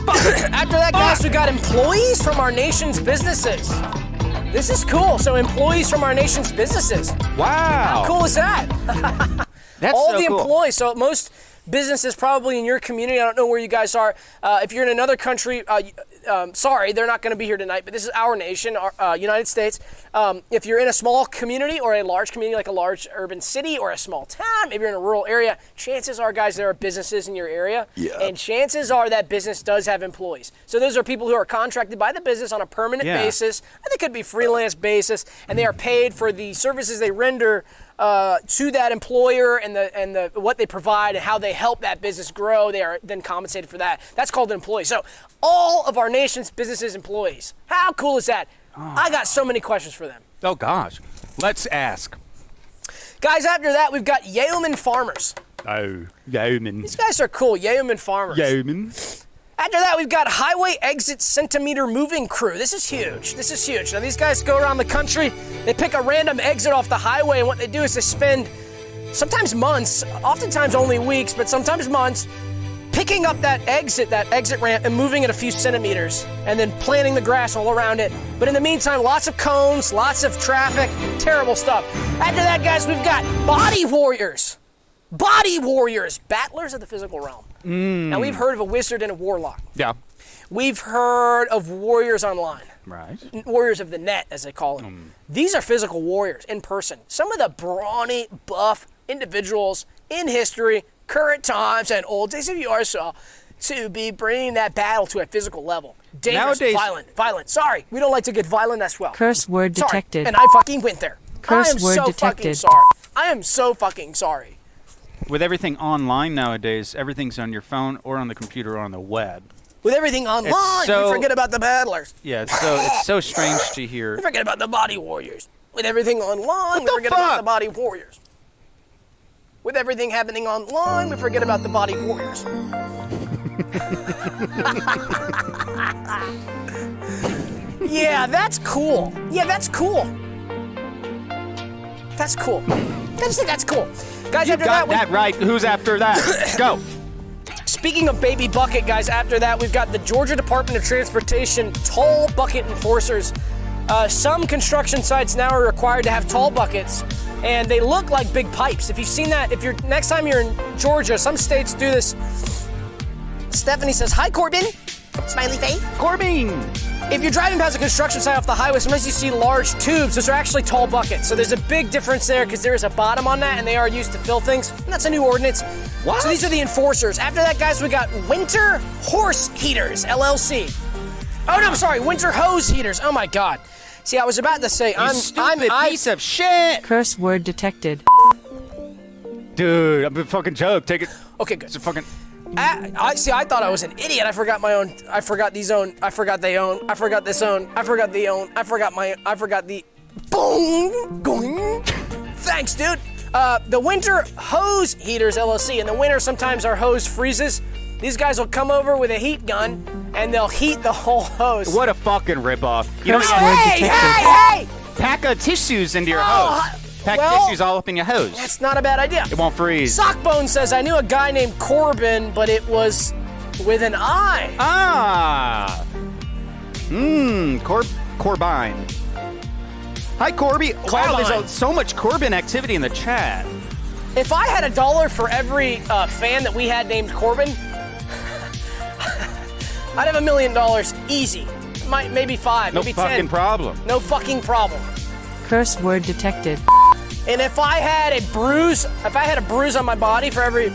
Speaker 2: After that, guys, we got employees from our nation's businesses. This is cool. So employees from our nation's businesses.
Speaker 1: Wow.
Speaker 2: Cool is that?
Speaker 1: That's
Speaker 2: All
Speaker 1: so
Speaker 2: the
Speaker 1: cool.
Speaker 2: employees. So most businesses probably in your community. I don't know where you guys are. Uh, if you're in another country, uh, y- um, sorry, they're not going to be here tonight. But this is our nation, our uh, United States. Um, if you're in a small community or a large community, like a large urban city or a small town, maybe you're in a rural area, chances are, guys, there are businesses in your area, yeah. and chances are that business does have employees. So those are people who are contracted by the business on a permanent
Speaker 1: Yeah.
Speaker 2: basis. And they could be freelance basis, and they are paid for the services they render uh, to that employer and the and the what they provide and how they help that business grow. They are then compensated for that. That's called an employee. So all of our nation's businesses employees. How cool is that? I got so many questions for them.
Speaker 1: Oh gosh. Let's ask.
Speaker 2: Guys, after that, we've got yeoman farmers.
Speaker 1: Oh, yeoman.
Speaker 2: These guys are cool, yeoman farmers.
Speaker 1: Yeoman.
Speaker 2: After that, we've got Highway Exit Centimeter Moving Crew. This is huge. This is huge. Now, these guys go around the country, they pick a random exit off the highway, and what they do is they spend sometimes months, oftentimes only weeks, but sometimes months, picking up that exit, that exit ramp, and moving it a few centimeters, and then planting the grass all around it. But in the meantime, lots of cones, lots of traffic, terrible stuff. After that, guys, we've got Body Warriors. Body Warriors, battlers of the physical realm. Now, we've heard of a wizard and a warlock.
Speaker 1: Yeah.
Speaker 2: We've heard of warriors online,
Speaker 1: Right.
Speaker 2: warriors of the net, as they call them.
Speaker 1: Um.
Speaker 2: These are physical warriors in person. Some of the brawny, buff individuals in history, current times, and old days of yours saw to be bringing that battle to a physical level. Dangerous,
Speaker 1: Nowadays-
Speaker 2: violent, violent. Sorry, we don't like to get violent as well.
Speaker 3: Curse word
Speaker 2: Sorry,
Speaker 3: detected.
Speaker 2: and I fucking went there.
Speaker 3: Curse
Speaker 2: I am
Speaker 3: word
Speaker 2: so fucking
Speaker 3: detected.
Speaker 2: sorry. I am so fucking sorry.
Speaker 1: With everything online nowadays, everything's on your phone or on the computer or on the web.
Speaker 2: With everything online,
Speaker 1: so-
Speaker 2: we forget about the battlers.
Speaker 1: Yeah, it's so it's so strange to
Speaker 2: *laughs*
Speaker 1: hear.
Speaker 2: We forget about the body warriors. With everything online, we
Speaker 1: the
Speaker 2: forget
Speaker 1: fuck?
Speaker 2: about the body warriors. With everything happening online, we forget about the body warriors. *laughs* yeah, that's cool. Yeah, that's cool. That's cool. I just think that's cool. Guys, after
Speaker 1: Got
Speaker 2: we
Speaker 1: that right. Who's after
Speaker 2: *coughs*
Speaker 1: that? Go.
Speaker 2: Speaking of baby bucket, guys, after that, we've got the Georgia Department of Transportation toll bucket enforcers. Uh, some construction sites now are required to have tall buckets, and they look like big pipes. If you've seen that, if you're next time you're in Georgia, some states do this. Stephanie says, Hi, Corbin. Smiley face.
Speaker 1: Corbin.
Speaker 2: If you're driving past a construction site off the highway, sometimes you see large tubes. Those are actually tall buckets. So there's a big difference there because there is a bottom on that, and they are used to fill things. And that's a new ordinance.
Speaker 1: What?
Speaker 2: So these are the enforcers. After that, guys, we got Winter Horse Heaters LLC. Oh no, I'm sorry, Winter Hose Heaters. Oh my God. See, I was about to say I'm
Speaker 1: stupid
Speaker 2: I'm I,
Speaker 1: piece of shit.
Speaker 3: Curse word detected.
Speaker 1: Dude, I'm a fucking joke. Take it.
Speaker 2: okay, good.
Speaker 1: It's a fucking.
Speaker 2: I, I see. I thought I was an idiot. I forgot my own. I forgot these own. I forgot they own. I forgot this own. I forgot the own. I forgot my. I forgot the. Boom. Going. Thanks, dude. Uh, the winter hose heaters LLC. In the winter, sometimes our hose freezes. These guys will come over with a heat gun and they'll heat the whole hose.
Speaker 1: What a fucking ripoff. You don't
Speaker 3: Curse
Speaker 1: even
Speaker 3: word
Speaker 2: Hey!
Speaker 3: detected.
Speaker 2: Hey! Hey!
Speaker 1: pack a tissues into your
Speaker 2: Oh,
Speaker 1: hose. Pack
Speaker 2: well-
Speaker 1: tissues all up in your hose.
Speaker 2: That's not a bad idea.
Speaker 1: It won't freeze.
Speaker 2: Sockbone says I knew a guy named Corbin, but it was with an I.
Speaker 1: Ah. Mmm. Cor- Corbine. Hi, Corby. Wow, there's
Speaker 2: Corbine.
Speaker 1: a, so much Corbin activity in the chat.
Speaker 2: If I had a dollar for every uh, fan that we had named Corbin, *laughs* I'd have a million dollars easy. Might, maybe five,
Speaker 1: No
Speaker 2: maybe
Speaker 1: fucking
Speaker 2: ten.
Speaker 1: problem.
Speaker 2: no fucking problem.
Speaker 3: Curse word detected.
Speaker 2: And if I had a bruise, if I had a bruise on my body for every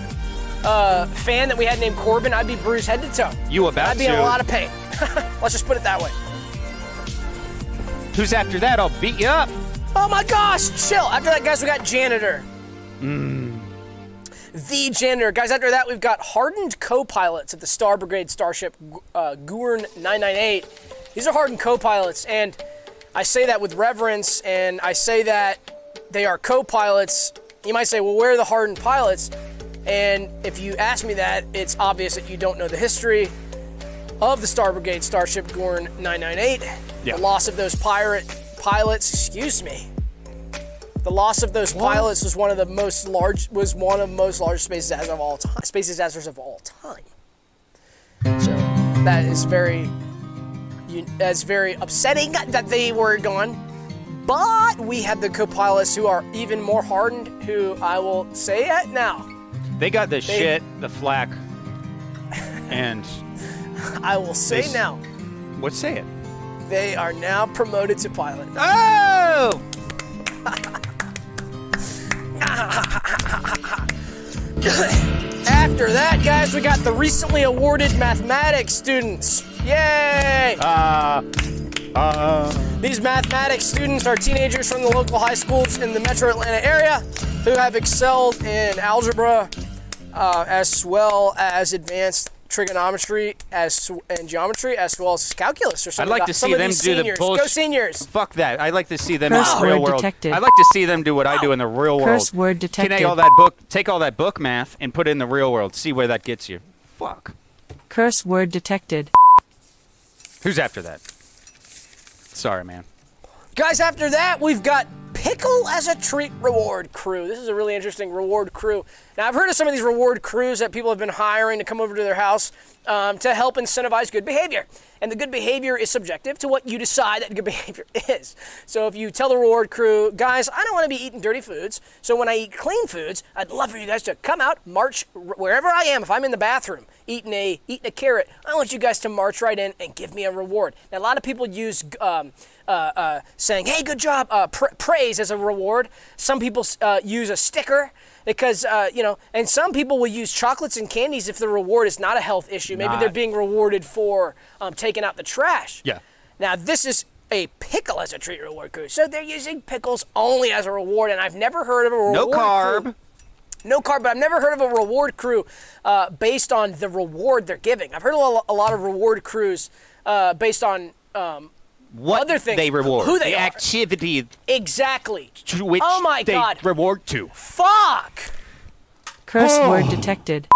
Speaker 2: uh, fan that we had named Corbin, I'd be bruised head to toe.
Speaker 1: You about
Speaker 2: I'd be in
Speaker 1: to.
Speaker 2: a lot of pain. *laughs* Let's just put it that way.
Speaker 1: Who's after that? I'll beat you up.
Speaker 2: Oh my gosh, chill. After that, guys, we got janitor. The janitor. Guys, after that, we've got hardened co pilots of the Star Brigade starship uh, Gurn 998. These are hardened co pilots, and I say that with reverence, and I say that they are co pilots. You might say, well, where are the hardened pilots? And if you ask me that, it's obvious that you don't know the history of the Star Brigade starship Gorn 998.
Speaker 1: Yeah.
Speaker 2: The loss of those pirate pilots, excuse me. The loss of those pilots was one of the most large was one of the most large spaces as of all time space disasters of all time. So that is very you- that's very upsetting that they were gone. But we had the co-pilots who are even more hardened, who I will say it now.
Speaker 1: They got the shit,
Speaker 2: *laughs*
Speaker 1: the flack, and
Speaker 2: I will say
Speaker 1: They s-
Speaker 2: now.
Speaker 1: what's say it?
Speaker 2: They are now promoted to pilot.
Speaker 1: Oh!
Speaker 2: After that, guys, we got the recently awarded mathematics students. Yay!
Speaker 1: Uh, uh,
Speaker 2: These mathematics students are teenagers from the local high schools in the metro Atlanta area who have excelled in algebra uh, as well as advanced trigonometry as and geometry as well as calculus or
Speaker 1: I'd
Speaker 2: something.
Speaker 1: like to
Speaker 2: some
Speaker 1: see
Speaker 2: of
Speaker 1: them
Speaker 2: these
Speaker 1: do the
Speaker 2: seniors.
Speaker 1: bullshit.
Speaker 2: Go seniors!
Speaker 1: Fuck that. I'd like to see them
Speaker 3: Curse
Speaker 1: in the real
Speaker 3: word
Speaker 1: world.
Speaker 3: detected.
Speaker 1: I'd like to see them do what I do in the real world.
Speaker 3: Curse word detected.
Speaker 1: Take all that book, take all that book math, and put it in the real world. See where that gets you. Fuck.
Speaker 3: Curse word detected.
Speaker 1: Who's after that? Sorry, man.
Speaker 2: Guys, after that, we've got Pickle as a Treat Reward Crew. This is a really interesting reward crew. Now, I've heard of some of these reward crews that people have been hiring to come over to their house um, to help incentivize good behavior. And the good behavior is subjective to what you decide that good *laughs* behavior is. So if you tell the reward crew, guys, I don't want to be eating dirty foods, so when I eat clean foods, I'd love for you guys to come out, march r- wherever I am. If I'm in the bathroom eating a eating a carrot, I want you guys to march right in and give me a reward. Now, a lot of people use um, uh, uh, saying, "Hey, good job," uh, pr- praise as a reward. Some people uh, use a sticker because uh, you know, and some people will use chocolates and candies if the reward is not a health issue. Maybe
Speaker 1: Not-
Speaker 2: they're being rewarded for um, taking out the trash.
Speaker 1: Yeah.
Speaker 2: Now this is a pickle as a treat reward crew. So they're using pickles only as a reward, and I've never heard of a reward.
Speaker 1: No
Speaker 2: crew-
Speaker 1: carb.
Speaker 2: no carb, but I've never heard of a reward crew uh, based on the reward they're giving. I've heard a lo- a lot of reward crews uh, based on um,
Speaker 1: What
Speaker 2: Other things,
Speaker 1: they reward.
Speaker 2: who they
Speaker 1: the
Speaker 2: are.
Speaker 1: activity
Speaker 2: exactly.
Speaker 1: to which
Speaker 2: Oh my
Speaker 1: they
Speaker 2: God.
Speaker 1: reward to.
Speaker 2: Fuck!
Speaker 3: Curse
Speaker 1: Oh.
Speaker 3: word detected.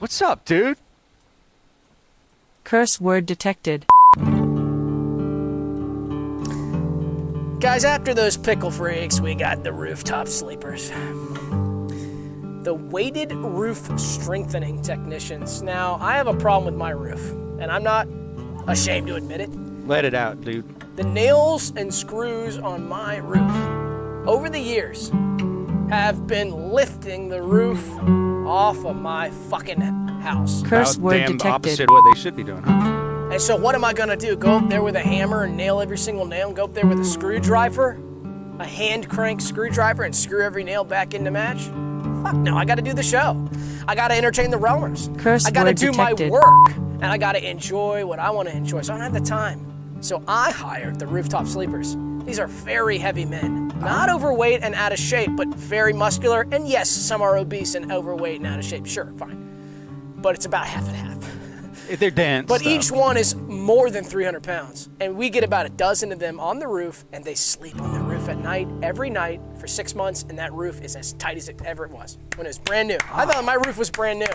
Speaker 1: What's up, dude?
Speaker 3: Curse word detected.
Speaker 2: Guys, after those pickle freaks, we got the rooftop sleepers. The weighted roof strengthening technicians. Now, I have a problem with my roof, and I'm not ashamed to admit it.
Speaker 1: Let it out, dude.
Speaker 2: The nails and screws on my roof over the years have been lifting the roof off of my fucking house.
Speaker 3: Curse
Speaker 1: About
Speaker 3: word
Speaker 1: damn
Speaker 3: detected.
Speaker 1: opposite what they should be doing, huh?
Speaker 2: And so, what am I gonna do? Go up there with a hammer and nail every single nail, and go up there with a screwdriver, a hand crank screwdriver, and screw every nail back into match? Fuck no, I gotta do the show. I gotta entertain the realmers.
Speaker 3: Curse
Speaker 2: I gotta
Speaker 3: word
Speaker 2: do
Speaker 3: detected.
Speaker 2: my work, and I gotta enjoy what I wanna enjoy. So, I don't have the time. So, I hired the rooftop sleepers. These are very heavy men, not overweight and out of shape, but very muscular. And yes, some are obese and overweight and out of shape. Sure, fine. But it's about half and half.
Speaker 1: They're dense.
Speaker 2: But
Speaker 1: though.
Speaker 2: each one is more than 300 pounds. And we get about a dozen of them on the roof, and they sleep on the roof at night, every night, for six months. And that roof is as tight as it ever was when it was brand new. I thought my roof was brand new.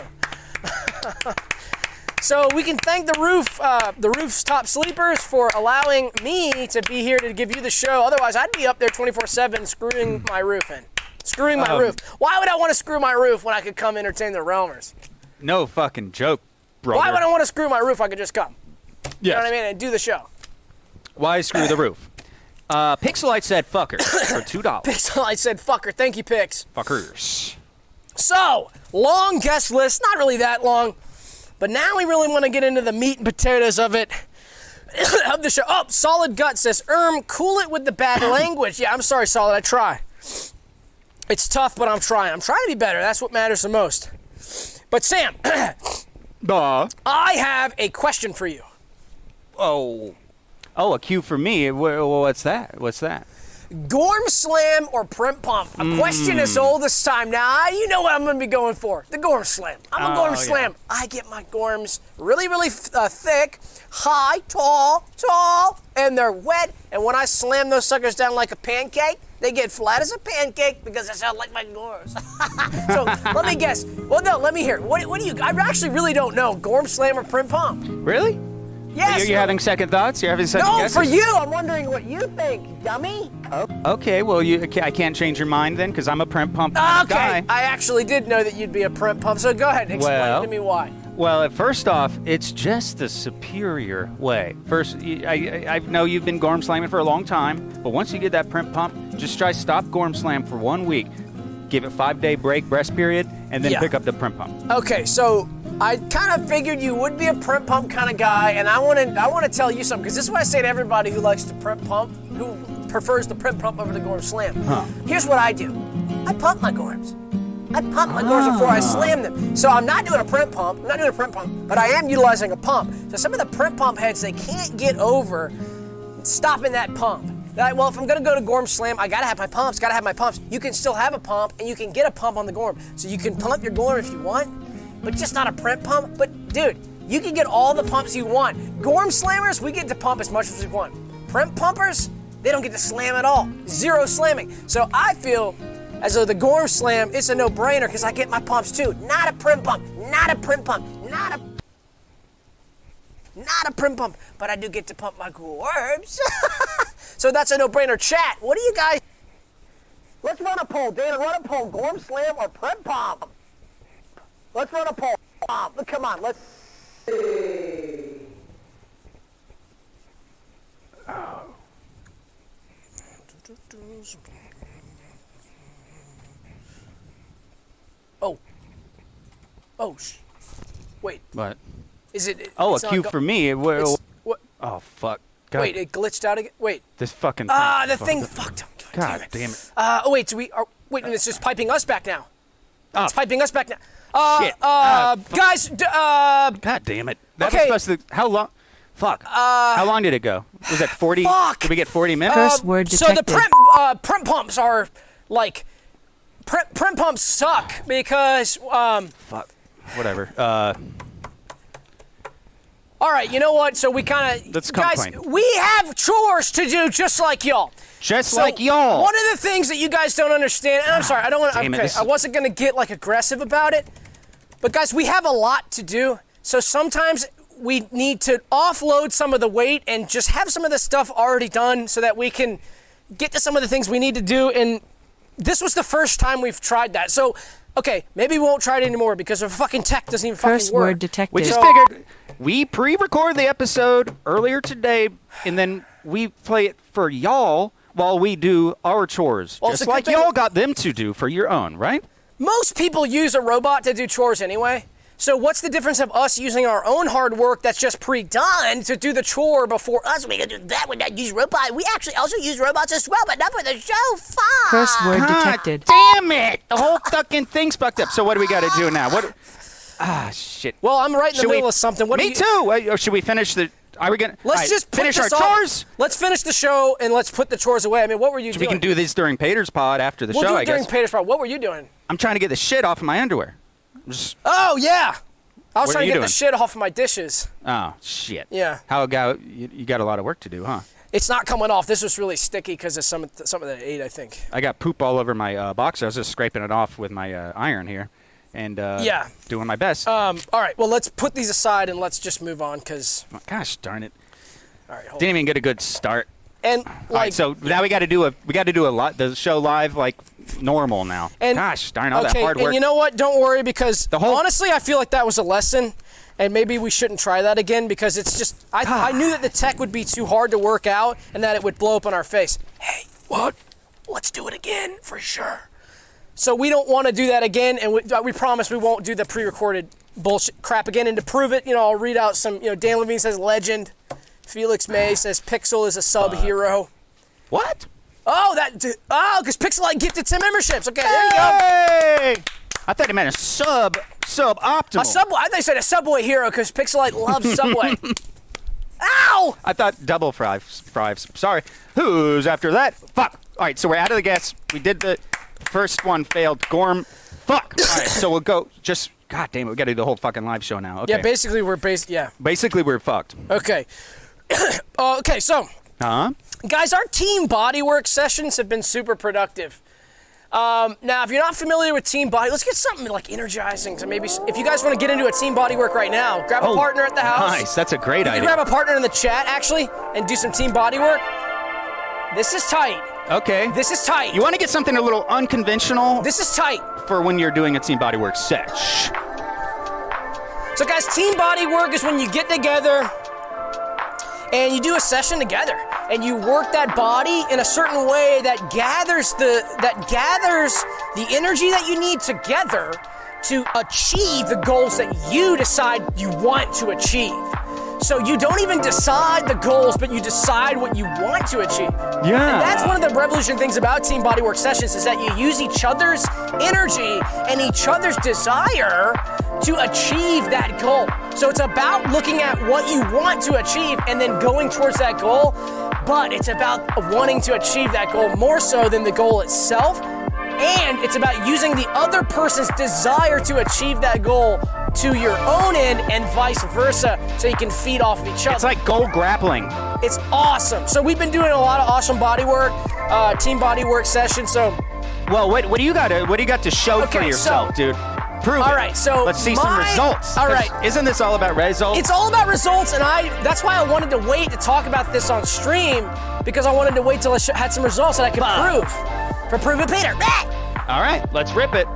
Speaker 2: *laughs* so we can thank the roof, uh, the roof's top sleepers, for allowing me to be here to give you the show. Otherwise, I'd be up there 24 7 screwing my roof in. Screwing my
Speaker 1: Hmm. Um,
Speaker 2: roof. Why would I want to screw my roof when I could come entertain the realmers?
Speaker 1: No fucking joke, brother.
Speaker 2: Why would I want to screw my roof? I could just come.
Speaker 1: Yes.
Speaker 2: You know what I mean? And do the show.
Speaker 1: Why screw the roof? Uh, Pixelite said fucker for
Speaker 2: *coughs*
Speaker 1: two dollars.
Speaker 2: So I said, fucker, thank you, Pix.
Speaker 1: Fuckers.
Speaker 2: So, long guest list, not really that long, but now we really want to get into the meat and potatoes of it. *coughs* of the show. Oh, Solid Gut says, Erm, cool it with the bad language. Yeah, I'm sorry, Solid, I try. It's tough, but I'm trying. I'm trying to be better. That's what matters the most. But, Sam, *coughs*
Speaker 1: Duh.
Speaker 2: I have a question for you.
Speaker 1: Oh. Oh, a cue for me. Wh- wh- What's that? What's that?
Speaker 2: Gorm Slam or Primp Pump? A question
Speaker 1: Hmm.
Speaker 2: as old as time. Now, I- you know what I'm going to be going for the Gorm Slam. I'm a
Speaker 1: Oh,
Speaker 2: Gorm
Speaker 1: yeah.
Speaker 2: Slam. I get my Gorms really, really f- uh, thick, high, tall, tall, and they're wet. And when I slam those suckers down like a pancake, they get flat as a pancake because I sound like my Gorms. *laughs* so let me guess. Well, no, let me hear. it. What, what do you. I actually really don't know. Gorm Slam or Primp Pump?
Speaker 1: Really?
Speaker 2: Yes.
Speaker 1: Are you having second thoughts? You're having second
Speaker 2: no,
Speaker 1: guesses?
Speaker 2: for you. I'm wondering what you think, dummy.
Speaker 1: Okay, well, you, okay, I can't change your mind then because I'm a primp pump
Speaker 2: Okay,
Speaker 1: guy.
Speaker 2: I actually did know that you'd be a print pump, so go ahead and explain
Speaker 1: Well.
Speaker 2: to me why.
Speaker 1: Well, at first off, it's just the superior way. First, y- I, I- I know you've been gorm slamming for a long time, but once you get that primp pump, just try stop gorm slam for one week, give it five day break rest period, and then
Speaker 2: Yeah.
Speaker 1: pick up the primp pump.
Speaker 2: Okay, so I kind of figured you would be a print pump kind of guy, and I want to I want to tell you something because this is what I say to everybody who likes to print pump, who prefers the print pump over the gorm slam. Here's what I do: I pump my gorms. I pump my gorms before I slam them. So I'm not doing a print pump. I'm not doing a print pump, but I am utilizing a pump. So some of the print pump heads they can't get over stopping that pump. That, well, if I'm gonna go to Gorm Slam, I gotta have my pumps, gotta have my pumps. You can still have a pump and you can get a pump on the Gorm. So you can pump your Gorm if you want, but just not a print pump. But dude, you can get all the pumps you want. Gorm Slammers, we get to pump as much as we want. Print pumpers, they don't get to slam at all. Zero slamming. So I feel as though the Gorm Slam is a no brainer because I get my pumps too. Not a print pump, not a print pump, Not a not a prim pump, but I do get to pump my gorbs. *laughs* so that's a no-brainer. Chat, what do you guys?
Speaker 4: Let's run a poll, Dana. Run a poll. Gorm slam or prim pump. Let's run a poll. Pom. Come on. Let's.
Speaker 2: Oh, oh, sh- wait,
Speaker 1: But
Speaker 2: is it?
Speaker 1: oh,
Speaker 2: it's
Speaker 1: a
Speaker 2: not
Speaker 1: cue
Speaker 2: go-
Speaker 1: for me. It wa-
Speaker 2: It's- What?
Speaker 1: oh fuck! God,
Speaker 2: Wait, it glitched out again. Wait.
Speaker 1: this fucking thing
Speaker 2: Ah, the
Speaker 1: fucked
Speaker 2: thing
Speaker 1: up.
Speaker 2: fucked up.
Speaker 1: Oh, God damn it!
Speaker 2: Uh, oh wait, do we are wait, and it's just piping us back now.
Speaker 1: Oh,
Speaker 2: It's piping us back now. Uh,
Speaker 1: Shit.
Speaker 2: uh,
Speaker 1: Ah,
Speaker 2: guys, d- uh,
Speaker 1: God damn it! That
Speaker 2: Okay.
Speaker 1: was supposed to. How long? Fuck. Uh, how long did it go? Was that forty?
Speaker 2: Fuck. Um,
Speaker 1: Did we get forty minutes?
Speaker 3: Curse word
Speaker 2: so the
Speaker 3: detected.
Speaker 2: prim uh, prim pumps are like prim, prim pumps suck because um.
Speaker 1: Fuck. Whatever. Uh,
Speaker 2: All right, you know what? So we kind of
Speaker 1: Let's
Speaker 2: guys,
Speaker 1: complain.
Speaker 2: we have chores to do just like y'all.
Speaker 1: just
Speaker 2: So
Speaker 1: like y'all.
Speaker 2: One of the things that you guys don't understand, and I'm sorry, I don't want to.
Speaker 1: Damn it,
Speaker 2: Okay,
Speaker 1: this
Speaker 2: I
Speaker 1: is-
Speaker 2: wasn't gonna get like aggressive about it, but guys, we have a lot to do. So sometimes we need to offload some of the weight and just have some of the stuff already done, so that we can get to some of the things we need to do. And this was the first time we've tried that. So, okay, maybe we won't try it anymore because our fucking tech doesn't even
Speaker 3: Curse
Speaker 2: fucking work.
Speaker 3: word detected.
Speaker 1: We just
Speaker 2: So-
Speaker 1: figured we pre-record the episode earlier today, and then we play it for y'all while we do our chores,
Speaker 2: Well, it's
Speaker 1: just
Speaker 2: a good
Speaker 1: like
Speaker 2: thing-
Speaker 1: y'all got them to do for your own, right?
Speaker 2: most people use a robot to do chores anyway. So what's the difference of us using our own hard work that's just pre-done to do the chore before us? We can do that. We not use robot. We actually also use robots as well, but not for the show. Fuck.
Speaker 3: Curse word
Speaker 1: God
Speaker 3: detected.
Speaker 1: Ah, damn it! The whole fucking thing's fucked up. So what do we got to do now? What? Ah, shit.
Speaker 2: Well, I'm right in the
Speaker 1: Should we-
Speaker 2: middle of something. What do
Speaker 1: me
Speaker 2: you-
Speaker 1: too. Wait, or should we finish the? Are we gonna?
Speaker 2: Let's
Speaker 1: all right,
Speaker 2: just put
Speaker 1: finish
Speaker 2: this
Speaker 1: our
Speaker 2: all-
Speaker 1: chores.
Speaker 2: Let's finish the show and let's put the chores away. I mean, what were you
Speaker 1: We
Speaker 2: doing?
Speaker 1: can do this during Pater's pod after the
Speaker 2: We'll
Speaker 1: show.
Speaker 2: do it
Speaker 1: I
Speaker 2: during
Speaker 1: guess.
Speaker 2: Pater's part. What were you doing?
Speaker 1: I'm trying to get the shit off of my underwear. I'm just
Speaker 2: Oh yeah, I was
Speaker 1: What are
Speaker 2: trying to
Speaker 1: you
Speaker 2: get
Speaker 1: doing?
Speaker 2: the shit off of my dishes.
Speaker 1: Oh shit.
Speaker 2: Yeah.
Speaker 1: How got you, you got a lot of work to do, huh?
Speaker 2: It's not coming off. This was really sticky because of some some of the ate, I think.
Speaker 1: I got poop all over my uh, box. I was just scraping it off with my uh, iron here, and uh,
Speaker 2: Yeah.
Speaker 1: doing my best.
Speaker 2: Um, all right, well, let's put these aside and let's just move on because.
Speaker 1: Gosh darn it!
Speaker 2: All right, hold on.
Speaker 1: Didn't even get a good start.
Speaker 2: And
Speaker 1: all right,
Speaker 2: like,
Speaker 1: so now we got to do a we got to do a lot the show live like normal now.
Speaker 2: and
Speaker 1: Gosh darn all
Speaker 2: okay,
Speaker 1: that hard work.
Speaker 2: And you know what? Don't worry because
Speaker 1: The whole-
Speaker 2: honestly, I feel like that was a lesson, and maybe we shouldn't try that again because it's just
Speaker 1: Ah.
Speaker 2: I, I knew that the tech would be too hard to work out and that it would blow up in our face. Hey, what? Let's do it again for sure. So we don't want to do that again, and we, uh, we promise we won't do the pre-recorded bullshit crap again. And to prove it, you know, I'll read out some. You know, Dan Levine says legend. Felix May says Pixel is a sub hero.
Speaker 1: what?
Speaker 2: Oh, that. d- Oh, because Pixelite gifted 10 memberships. Okay, there you go.
Speaker 1: Hey! I thought it meant a sub sub optimal.
Speaker 2: A Subway. I thought you said a Subway hero because Pixelite loves
Speaker 1: *laughs*
Speaker 2: Subway. Ow!
Speaker 1: I thought double fries. Fries. Sorry. Who's after that? Fuck. All right. So we're out of the gas. We did the first one failed. Gorm. Fuck. All right. So we'll go. Just God damn it. We got to do the whole fucking live show now. Okay.
Speaker 2: Yeah, basically we're based. Yeah.
Speaker 1: basically we're fucked.
Speaker 2: Okay. *coughs* uh, okay, so
Speaker 1: Huh?
Speaker 2: guys, our team bodywork sessions have been super productive. Um, now, if you're not familiar with team body, let's get something like energizing to maybe. If you guys want to get into a team bodywork right now, grab a partner at the house.
Speaker 1: Oh, Nice. That's a great
Speaker 2: You
Speaker 1: idea.
Speaker 2: can grab a partner in the chat actually and do some team bodywork. This is tight.
Speaker 1: okay.
Speaker 2: This is tight.
Speaker 1: you want to get something a little unconventional
Speaker 2: This is tight.
Speaker 1: for when you're doing a team bodywork sesh.
Speaker 2: So, guys, team body work is when you get together and you do a session together and you work that body in a certain way that gathers the that gathers the energy that you need together to achieve the goals that you decide you want to achieve. So you don't even decide the goals, but you decide what you want to achieve.
Speaker 1: Yeah.
Speaker 2: And that's one of the revolution things about team bodywork sessions is that you use each other's energy and each other's desire to achieve that goal. So it's about looking at what you want to achieve and then going towards that goal, but it's about wanting to achieve that goal more so than the goal itself. And it's about using the other person's desire to achieve that goal to your own end and vice versa so you can feed off of each other.
Speaker 1: It's like goal grappling.
Speaker 2: It's awesome. So we've been doing a lot of awesome body work, uh, team body work sessions. So
Speaker 1: Well, what what do you got? To, what do you got to show for
Speaker 2: Okay, so-
Speaker 1: yourself, dude? Prove it.
Speaker 2: All right, so
Speaker 1: let's see some
Speaker 2: my-
Speaker 1: results.
Speaker 2: all right.
Speaker 1: Isn't this all about results?
Speaker 2: It's all about results, and I that's why I wanted to wait to talk about this on stream because I wanted to wait till I sh- had some results that I could prove for prove it, Peter. Ah!
Speaker 1: all right. Let's rip it.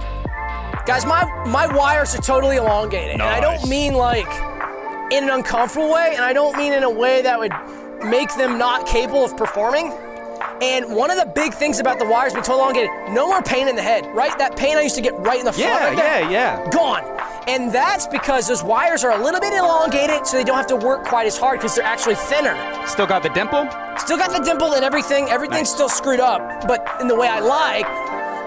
Speaker 2: Guys, my my wires are totally elongated, and I
Speaker 1: Nice.
Speaker 2: don't mean like in an uncomfortable way, and I don't mean in a way that would make them not capable of performing. And one of the big things about the wires being totally elongated, no more pain in the head, right? That pain I used to get right in the front.
Speaker 1: Yeah,
Speaker 2: like that,
Speaker 1: yeah, yeah.
Speaker 2: gone. And that's because those wires are a little bit elongated, so they don't have to work quite as hard because they're actually thinner.
Speaker 1: Still got the dimple.
Speaker 2: Still got the dimple and everything. Everything's
Speaker 1: Nice.
Speaker 2: still screwed up, but in the way I like.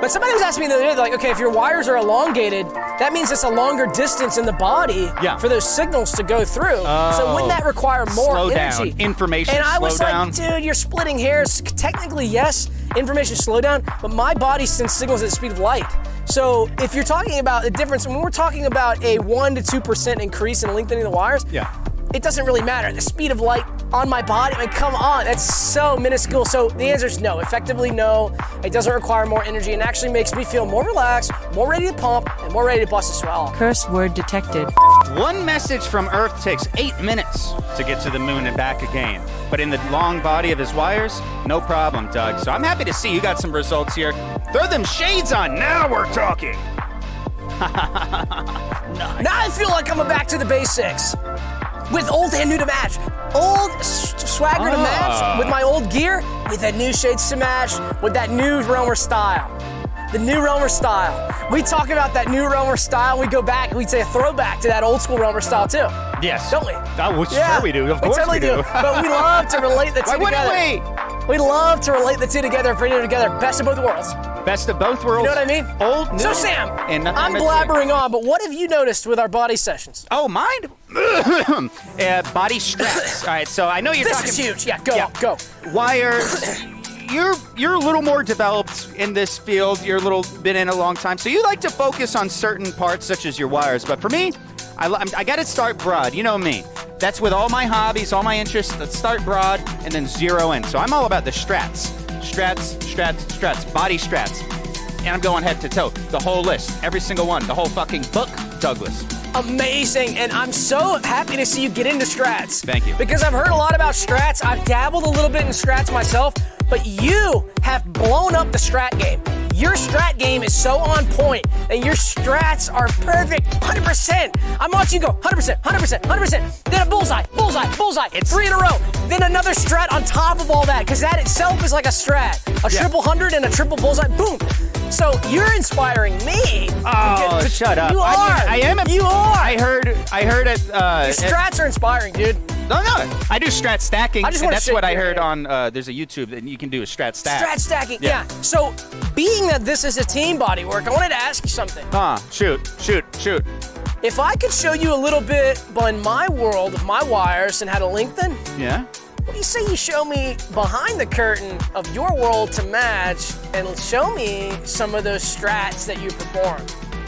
Speaker 2: But somebody was asking me the other day, they're like, okay, if your wires are elongated, that means it's a longer distance in the body
Speaker 1: Yeah. Oh.
Speaker 2: for those signals to go through. so wouldn't that require more
Speaker 1: slow down.
Speaker 2: energy?
Speaker 1: Information
Speaker 2: And I
Speaker 1: slow
Speaker 2: was
Speaker 1: down.
Speaker 2: like, dude, you're splitting hairs. Technically, yes, information slow down, but my body sends signals at the speed of light. So if you're talking about the difference, when we're talking about a one to two percent increase in lengthening the wires,
Speaker 1: Yeah.
Speaker 2: it doesn't really matter. The speed of light on my body, I mean, come on, that's so minuscule. So the answer is no. Effectively, no. It doesn't require more energy and actually makes me feel more relaxed, more ready to pump, and more ready to bust a swell.
Speaker 3: Curse word detected.
Speaker 1: One message from Earth takes eight minutes to get to the moon and back again. But in the long body of his wires, no problem, Doug. So I'm happy to see you got some results here. Throw them shades on. Now we're talking.
Speaker 2: Now I feel like I'm a back to the basics with old and new to match. Old s- swagger to
Speaker 1: Ah.
Speaker 2: match with my old gear, with the new shades to match, with that new Roamer style. The new Roamer style. We talk about that new Roamer style, we go back, we say a throwback to that old school Roamer style too.
Speaker 1: Yes.
Speaker 2: Don't we?
Speaker 1: Oh, well, sure we do. Of course
Speaker 2: totally
Speaker 1: we do.
Speaker 2: *laughs* but
Speaker 1: *laughs*
Speaker 2: we love to relate the two
Speaker 1: Why
Speaker 2: together.
Speaker 1: wouldn't
Speaker 2: We love to relate the two together and bring it together. Best of both worlds. You
Speaker 1: we? Best of both worlds.
Speaker 2: know what I mean?
Speaker 1: Old, new,
Speaker 2: So, Sam,
Speaker 1: and nothing
Speaker 2: I'm
Speaker 1: in between.
Speaker 2: blabbering on, but what have you noticed with our body sessions?
Speaker 1: Oh, mine. *coughs* uh,
Speaker 2: *coughs*
Speaker 1: body straps. All right, so I know you're
Speaker 2: This
Speaker 1: talking
Speaker 2: is huge. Yeah, go,
Speaker 1: Yeah.
Speaker 2: go.
Speaker 1: wires. You're you're a little more developed in this field. You're a little been in a long time, so you like to focus on certain parts such as your wires. But for me, I li- I got to start broad. You know me. That's with all my hobbies, all my interests. Let's start broad and then zero in. So I'm all about the strats, strats, strats, strats, body strats, and I'm going head to toe. The whole list, every single one, the whole fucking book, Douglas.
Speaker 2: Amazing, and I'm so happy to see you get into strats.
Speaker 1: Thank you.
Speaker 2: Because I've heard a lot about strats. I've dabbled a little bit in strats myself, but you have blown up the strat game. Your strat game is so on point, and your strats are perfect, 100%. I'm watching you go 100%, 100%, 100%. Then a bullseye, bullseye, bullseye.
Speaker 1: It's-
Speaker 2: three in a row. Then another strat on top of all that, because that itself is like a strat, a
Speaker 1: Yeah.
Speaker 2: triple hundred and a triple bullseye. Boom. So you're inspiring me.
Speaker 1: Oh,
Speaker 2: to-
Speaker 1: shut up!
Speaker 2: You are.
Speaker 1: I, mean, I am. A,
Speaker 2: you are.
Speaker 1: I heard. I heard it. Uh,
Speaker 2: Your strats are inspiring, dude.
Speaker 1: No, no. I do strat stacking.
Speaker 2: I just
Speaker 1: and
Speaker 2: wanna
Speaker 1: that's
Speaker 2: shake
Speaker 1: what I
Speaker 2: your
Speaker 1: heard
Speaker 2: hand.
Speaker 1: on. Uh, there's a YouTube that you can do a strat stack.
Speaker 2: Strat stacking.
Speaker 1: Yeah.
Speaker 2: Yeah. So, being that this is a team body work, I wanted to ask you something.
Speaker 1: Huh. Shoot. Shoot. Shoot.
Speaker 2: If I could show you a little bit on my world of my wires and how to lengthen,
Speaker 1: Yeah.
Speaker 2: what do you say you show me behind the curtain of your world to match and show me some of those strats that you perform?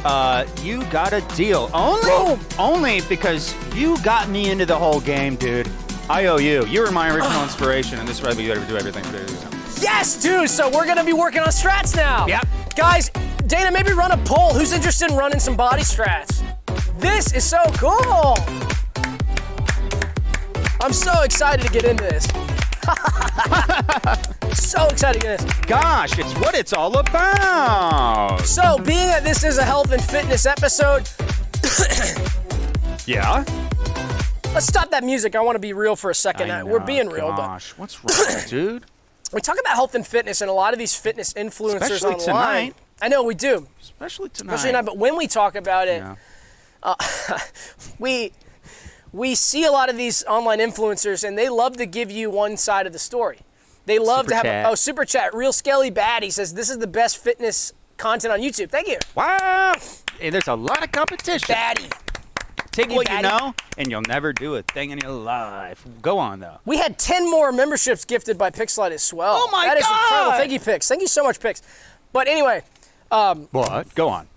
Speaker 1: Uh, you got a deal. Only.
Speaker 2: Boom.
Speaker 1: Only because you got me into the whole game, dude. I owe you. You were my
Speaker 2: Ah.
Speaker 1: original inspiration, and this is why we gotta do everything.
Speaker 2: Yes, dude. So we're gonna be working on strats now.
Speaker 1: Yep.
Speaker 2: Guys, Dana, maybe run a poll. Who's interested in running some body strats? This is so cool. I'm so excited to get into this. *laughs* so excited to get into this.
Speaker 1: Gosh, it's what it's all about.
Speaker 2: So, being that this is a health and fitness episode,
Speaker 1: Yeah.
Speaker 2: let's stop that music. I want to be real for a second. Uh,
Speaker 1: I
Speaker 2: We're
Speaker 1: know,
Speaker 2: being real, but
Speaker 1: Gosh, what's wrong,
Speaker 2: *coughs*
Speaker 1: dude?
Speaker 2: we talk about health and fitness, and a lot of these fitness influencers
Speaker 1: Especially
Speaker 2: online.
Speaker 1: tonight.
Speaker 2: I know we do,
Speaker 1: Especially tonight.
Speaker 2: especially now. But when we talk about it, uh,
Speaker 1: Yeah.
Speaker 2: *laughs* we we see a lot of these online influencers and they love to give you one side of the story. They love
Speaker 1: Super
Speaker 2: to have
Speaker 1: chat.
Speaker 2: oh super chat real skelly baddie says this is the best fitness content on YouTube. Thank you.
Speaker 1: Wow. And there's a lot of competition.
Speaker 2: Baddie.
Speaker 1: Take what you
Speaker 2: Daddy.
Speaker 1: know, and you'll never do a thing in your life. Go on though.
Speaker 2: We had 10 more memberships gifted by Pixelite as well.
Speaker 1: Oh my
Speaker 2: That is incredible.
Speaker 1: God.
Speaker 2: Thank you Pix. Thank you so much Pix. But anyway,
Speaker 1: What? Go on.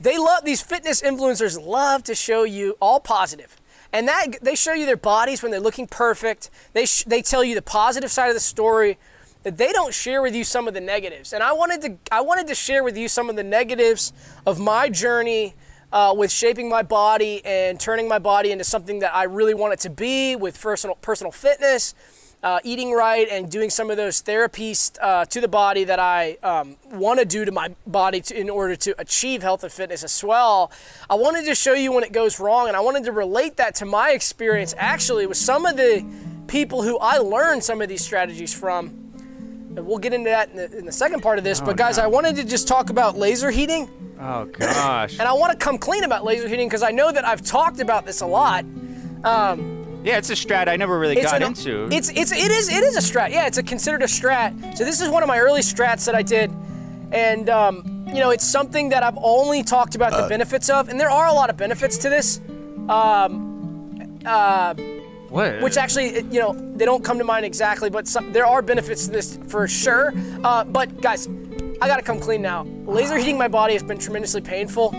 Speaker 2: they love these fitness influencers love to show you all positive and that they show you their bodies when they're looking perfect they sh- they tell you the positive side of the story that they don't share with you some of the negatives. And I wanted to I wanted to share with you some of the negatives of my journey uh, with shaping my body and turning my body into something that I really want it to be with personal personal fitness, uh, eating right, and doing some of those therapies uh, to the body that I um, want to do to my body to, in order to achieve health and fitness as well. I wanted to show you when it goes wrong, and I wanted to relate that to my experience actually with some of the people who I learned some of these strategies from. And we'll get into that in the, in the second part of this, but guys, I wanted to just talk about laser heating.
Speaker 1: Oh gosh.
Speaker 2: And I want to come clean about laser heating because I know that I've talked about this a lot.
Speaker 1: yeah, it's a strat I never really got
Speaker 2: an-
Speaker 1: into.
Speaker 2: It's it's it is it is a strat. Yeah, it's a considered a strat. So this is one of my early strats that I did, and um, you know it's something that I've only talked about the benefits of, and there are a lot of benefits to this,
Speaker 1: what?
Speaker 2: which actually it- you know they don't come to mind exactly, but some, there are benefits to this for sure. Uh, but guys, I gotta come clean now. Laser heating my body has been tremendously painful,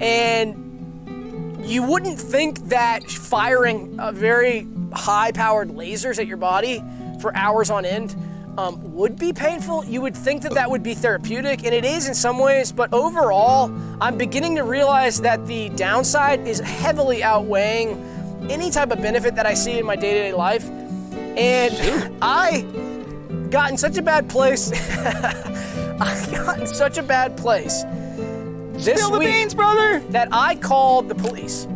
Speaker 2: and you wouldn't think that firing a very high powered lasers at your body for hours on end um, would be painful. You would think that that would be therapeutic, and it is in some ways, but overall, I'm beginning to realize that the downside is heavily outweighing any type of benefit that I see in my day to day life. And I got in such a bad place. *laughs* I got in such a bad place. This
Speaker 1: Spill the
Speaker 2: week,
Speaker 1: beans, brother.
Speaker 2: that I called the police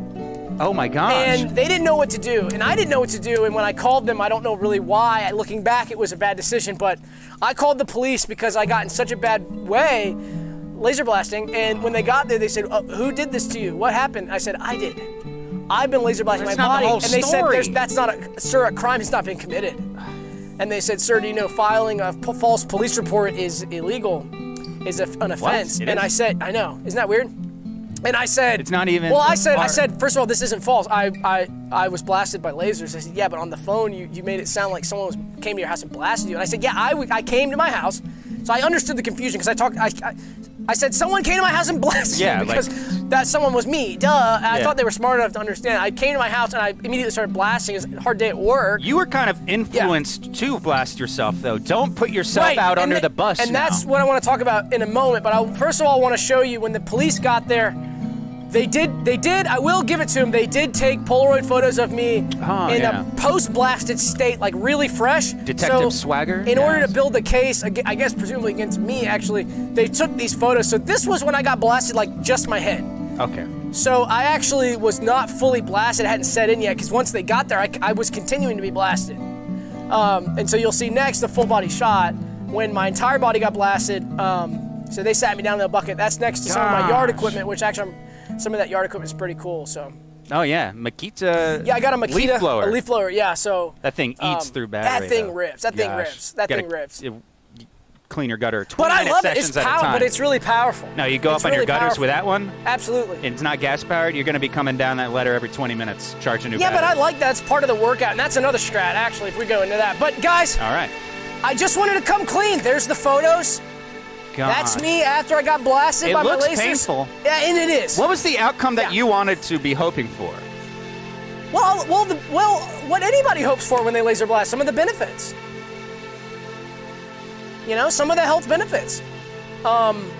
Speaker 1: Oh my gosh.
Speaker 2: and they didn't know what to do and I didn't know what to do and when I called them I don't know really why looking back it was a bad decision but I called the police because I got in such a bad way laser blasting and when they got there they said uh, who did this to you what happened I said I did I've been laser blasting
Speaker 1: That's
Speaker 2: my
Speaker 1: not the
Speaker 2: body
Speaker 1: whole
Speaker 2: and they said
Speaker 1: story.
Speaker 2: "There's- that's not a sir a crime has not been committed and they said sir do you know filing a p- false police report is illegal is a, an offense
Speaker 1: It
Speaker 2: and
Speaker 1: is?
Speaker 2: I said I know isn't that weird and I said,
Speaker 1: It's not even
Speaker 2: Well, I said, I
Speaker 1: far-
Speaker 2: said, first of all, this isn't false. I, I, I was blasted by lasers. I said, yeah, but on the phone, you, you made it sound like someone was, came to your house and blasted you. And I said, yeah, I, w- I came to my house, so I understood the confusion because I talked. I, I, I said someone came to my house and *laughs* blasted
Speaker 1: Yeah,
Speaker 2: me
Speaker 1: like-
Speaker 2: because that someone was me. Duh. And I
Speaker 1: Yeah.
Speaker 2: thought they were smart enough to understand. I came to my house and I immediately started blasting. It was a hard day at work.
Speaker 1: you were kind of influenced to blast yourself, though. Don't put yourself
Speaker 2: and
Speaker 1: out under
Speaker 2: tha-
Speaker 1: the bus.
Speaker 2: And
Speaker 1: now.
Speaker 2: that's what I want to talk about in a moment. But I first of all want to show you when the police got there. They did. They did. I will give it to them. They did take Polaroid photos of me
Speaker 1: Ah,
Speaker 2: in
Speaker 1: yeah.
Speaker 2: a post-blasted state, like really fresh.
Speaker 1: Detective
Speaker 2: So,
Speaker 1: swagger?
Speaker 2: In order
Speaker 1: Yes.
Speaker 2: to build the case, ag- I guess presumably against me, actually, they took these photos. So this was when I got blasted, like just my head.
Speaker 1: okay.
Speaker 2: So I actually was not fully blasted. I hadn't set in yet because once they got there, I, I was continuing to be blasted. Um, and so you'll see next the full body shot when my entire body got blasted. Um, so they sat me down in a bucket. That's next to some of my yard
Speaker 1: Gosh.
Speaker 2: equipment, which actually I'm, some of that yard equipment is pretty cool. So
Speaker 1: Oh yeah, Makita.
Speaker 2: yeah, I got a Makita
Speaker 1: leaf blower.
Speaker 2: A leaf blower, yeah. So
Speaker 1: that thing eats
Speaker 2: um,
Speaker 1: through battery.
Speaker 2: That thing
Speaker 1: though.
Speaker 2: rips. That thing
Speaker 1: Gosh.
Speaker 2: rips. That
Speaker 1: Gotta
Speaker 2: thing rips.
Speaker 1: it- you clean your gutter. 20
Speaker 2: But I
Speaker 1: minute
Speaker 2: love it.
Speaker 1: sessions
Speaker 2: It's
Speaker 1: at a
Speaker 2: powerful.
Speaker 1: time.
Speaker 2: But it's really powerful.
Speaker 1: no, you go
Speaker 2: It's
Speaker 1: up on your
Speaker 2: really
Speaker 1: gutters
Speaker 2: powerful.
Speaker 1: with that one.
Speaker 2: Absolutely.
Speaker 1: and it's not gas powered, you're going to be coming down that ladder every 20 minutes, charge a new
Speaker 2: Yeah, but I
Speaker 1: battery.
Speaker 2: like that's part of the workout, and that's another strat actually. If we go into that, but guys,
Speaker 1: All right.
Speaker 2: I just wanted to come clean. There's the photos.
Speaker 1: God.
Speaker 2: That's me after I got blasted
Speaker 1: Uh-huh. It
Speaker 2: by
Speaker 1: looks
Speaker 2: my lasers.
Speaker 1: painful.
Speaker 2: Yeah, and it is.
Speaker 1: What was the outcome that
Speaker 2: Yeah.
Speaker 1: you wanted to be hoping for?
Speaker 2: Well, well, the, well, what anybody hopes for when they laser blast, some of the benefits. You know, some of the health benefits. Um,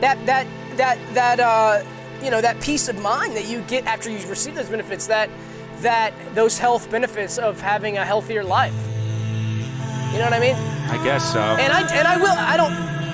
Speaker 2: that that that that uh, you know that peace of mind that you get after you receive those benefits. That that those health benefits of having a healthier life. You know what I mean?
Speaker 1: I guess so.
Speaker 2: And I and I will. I don't.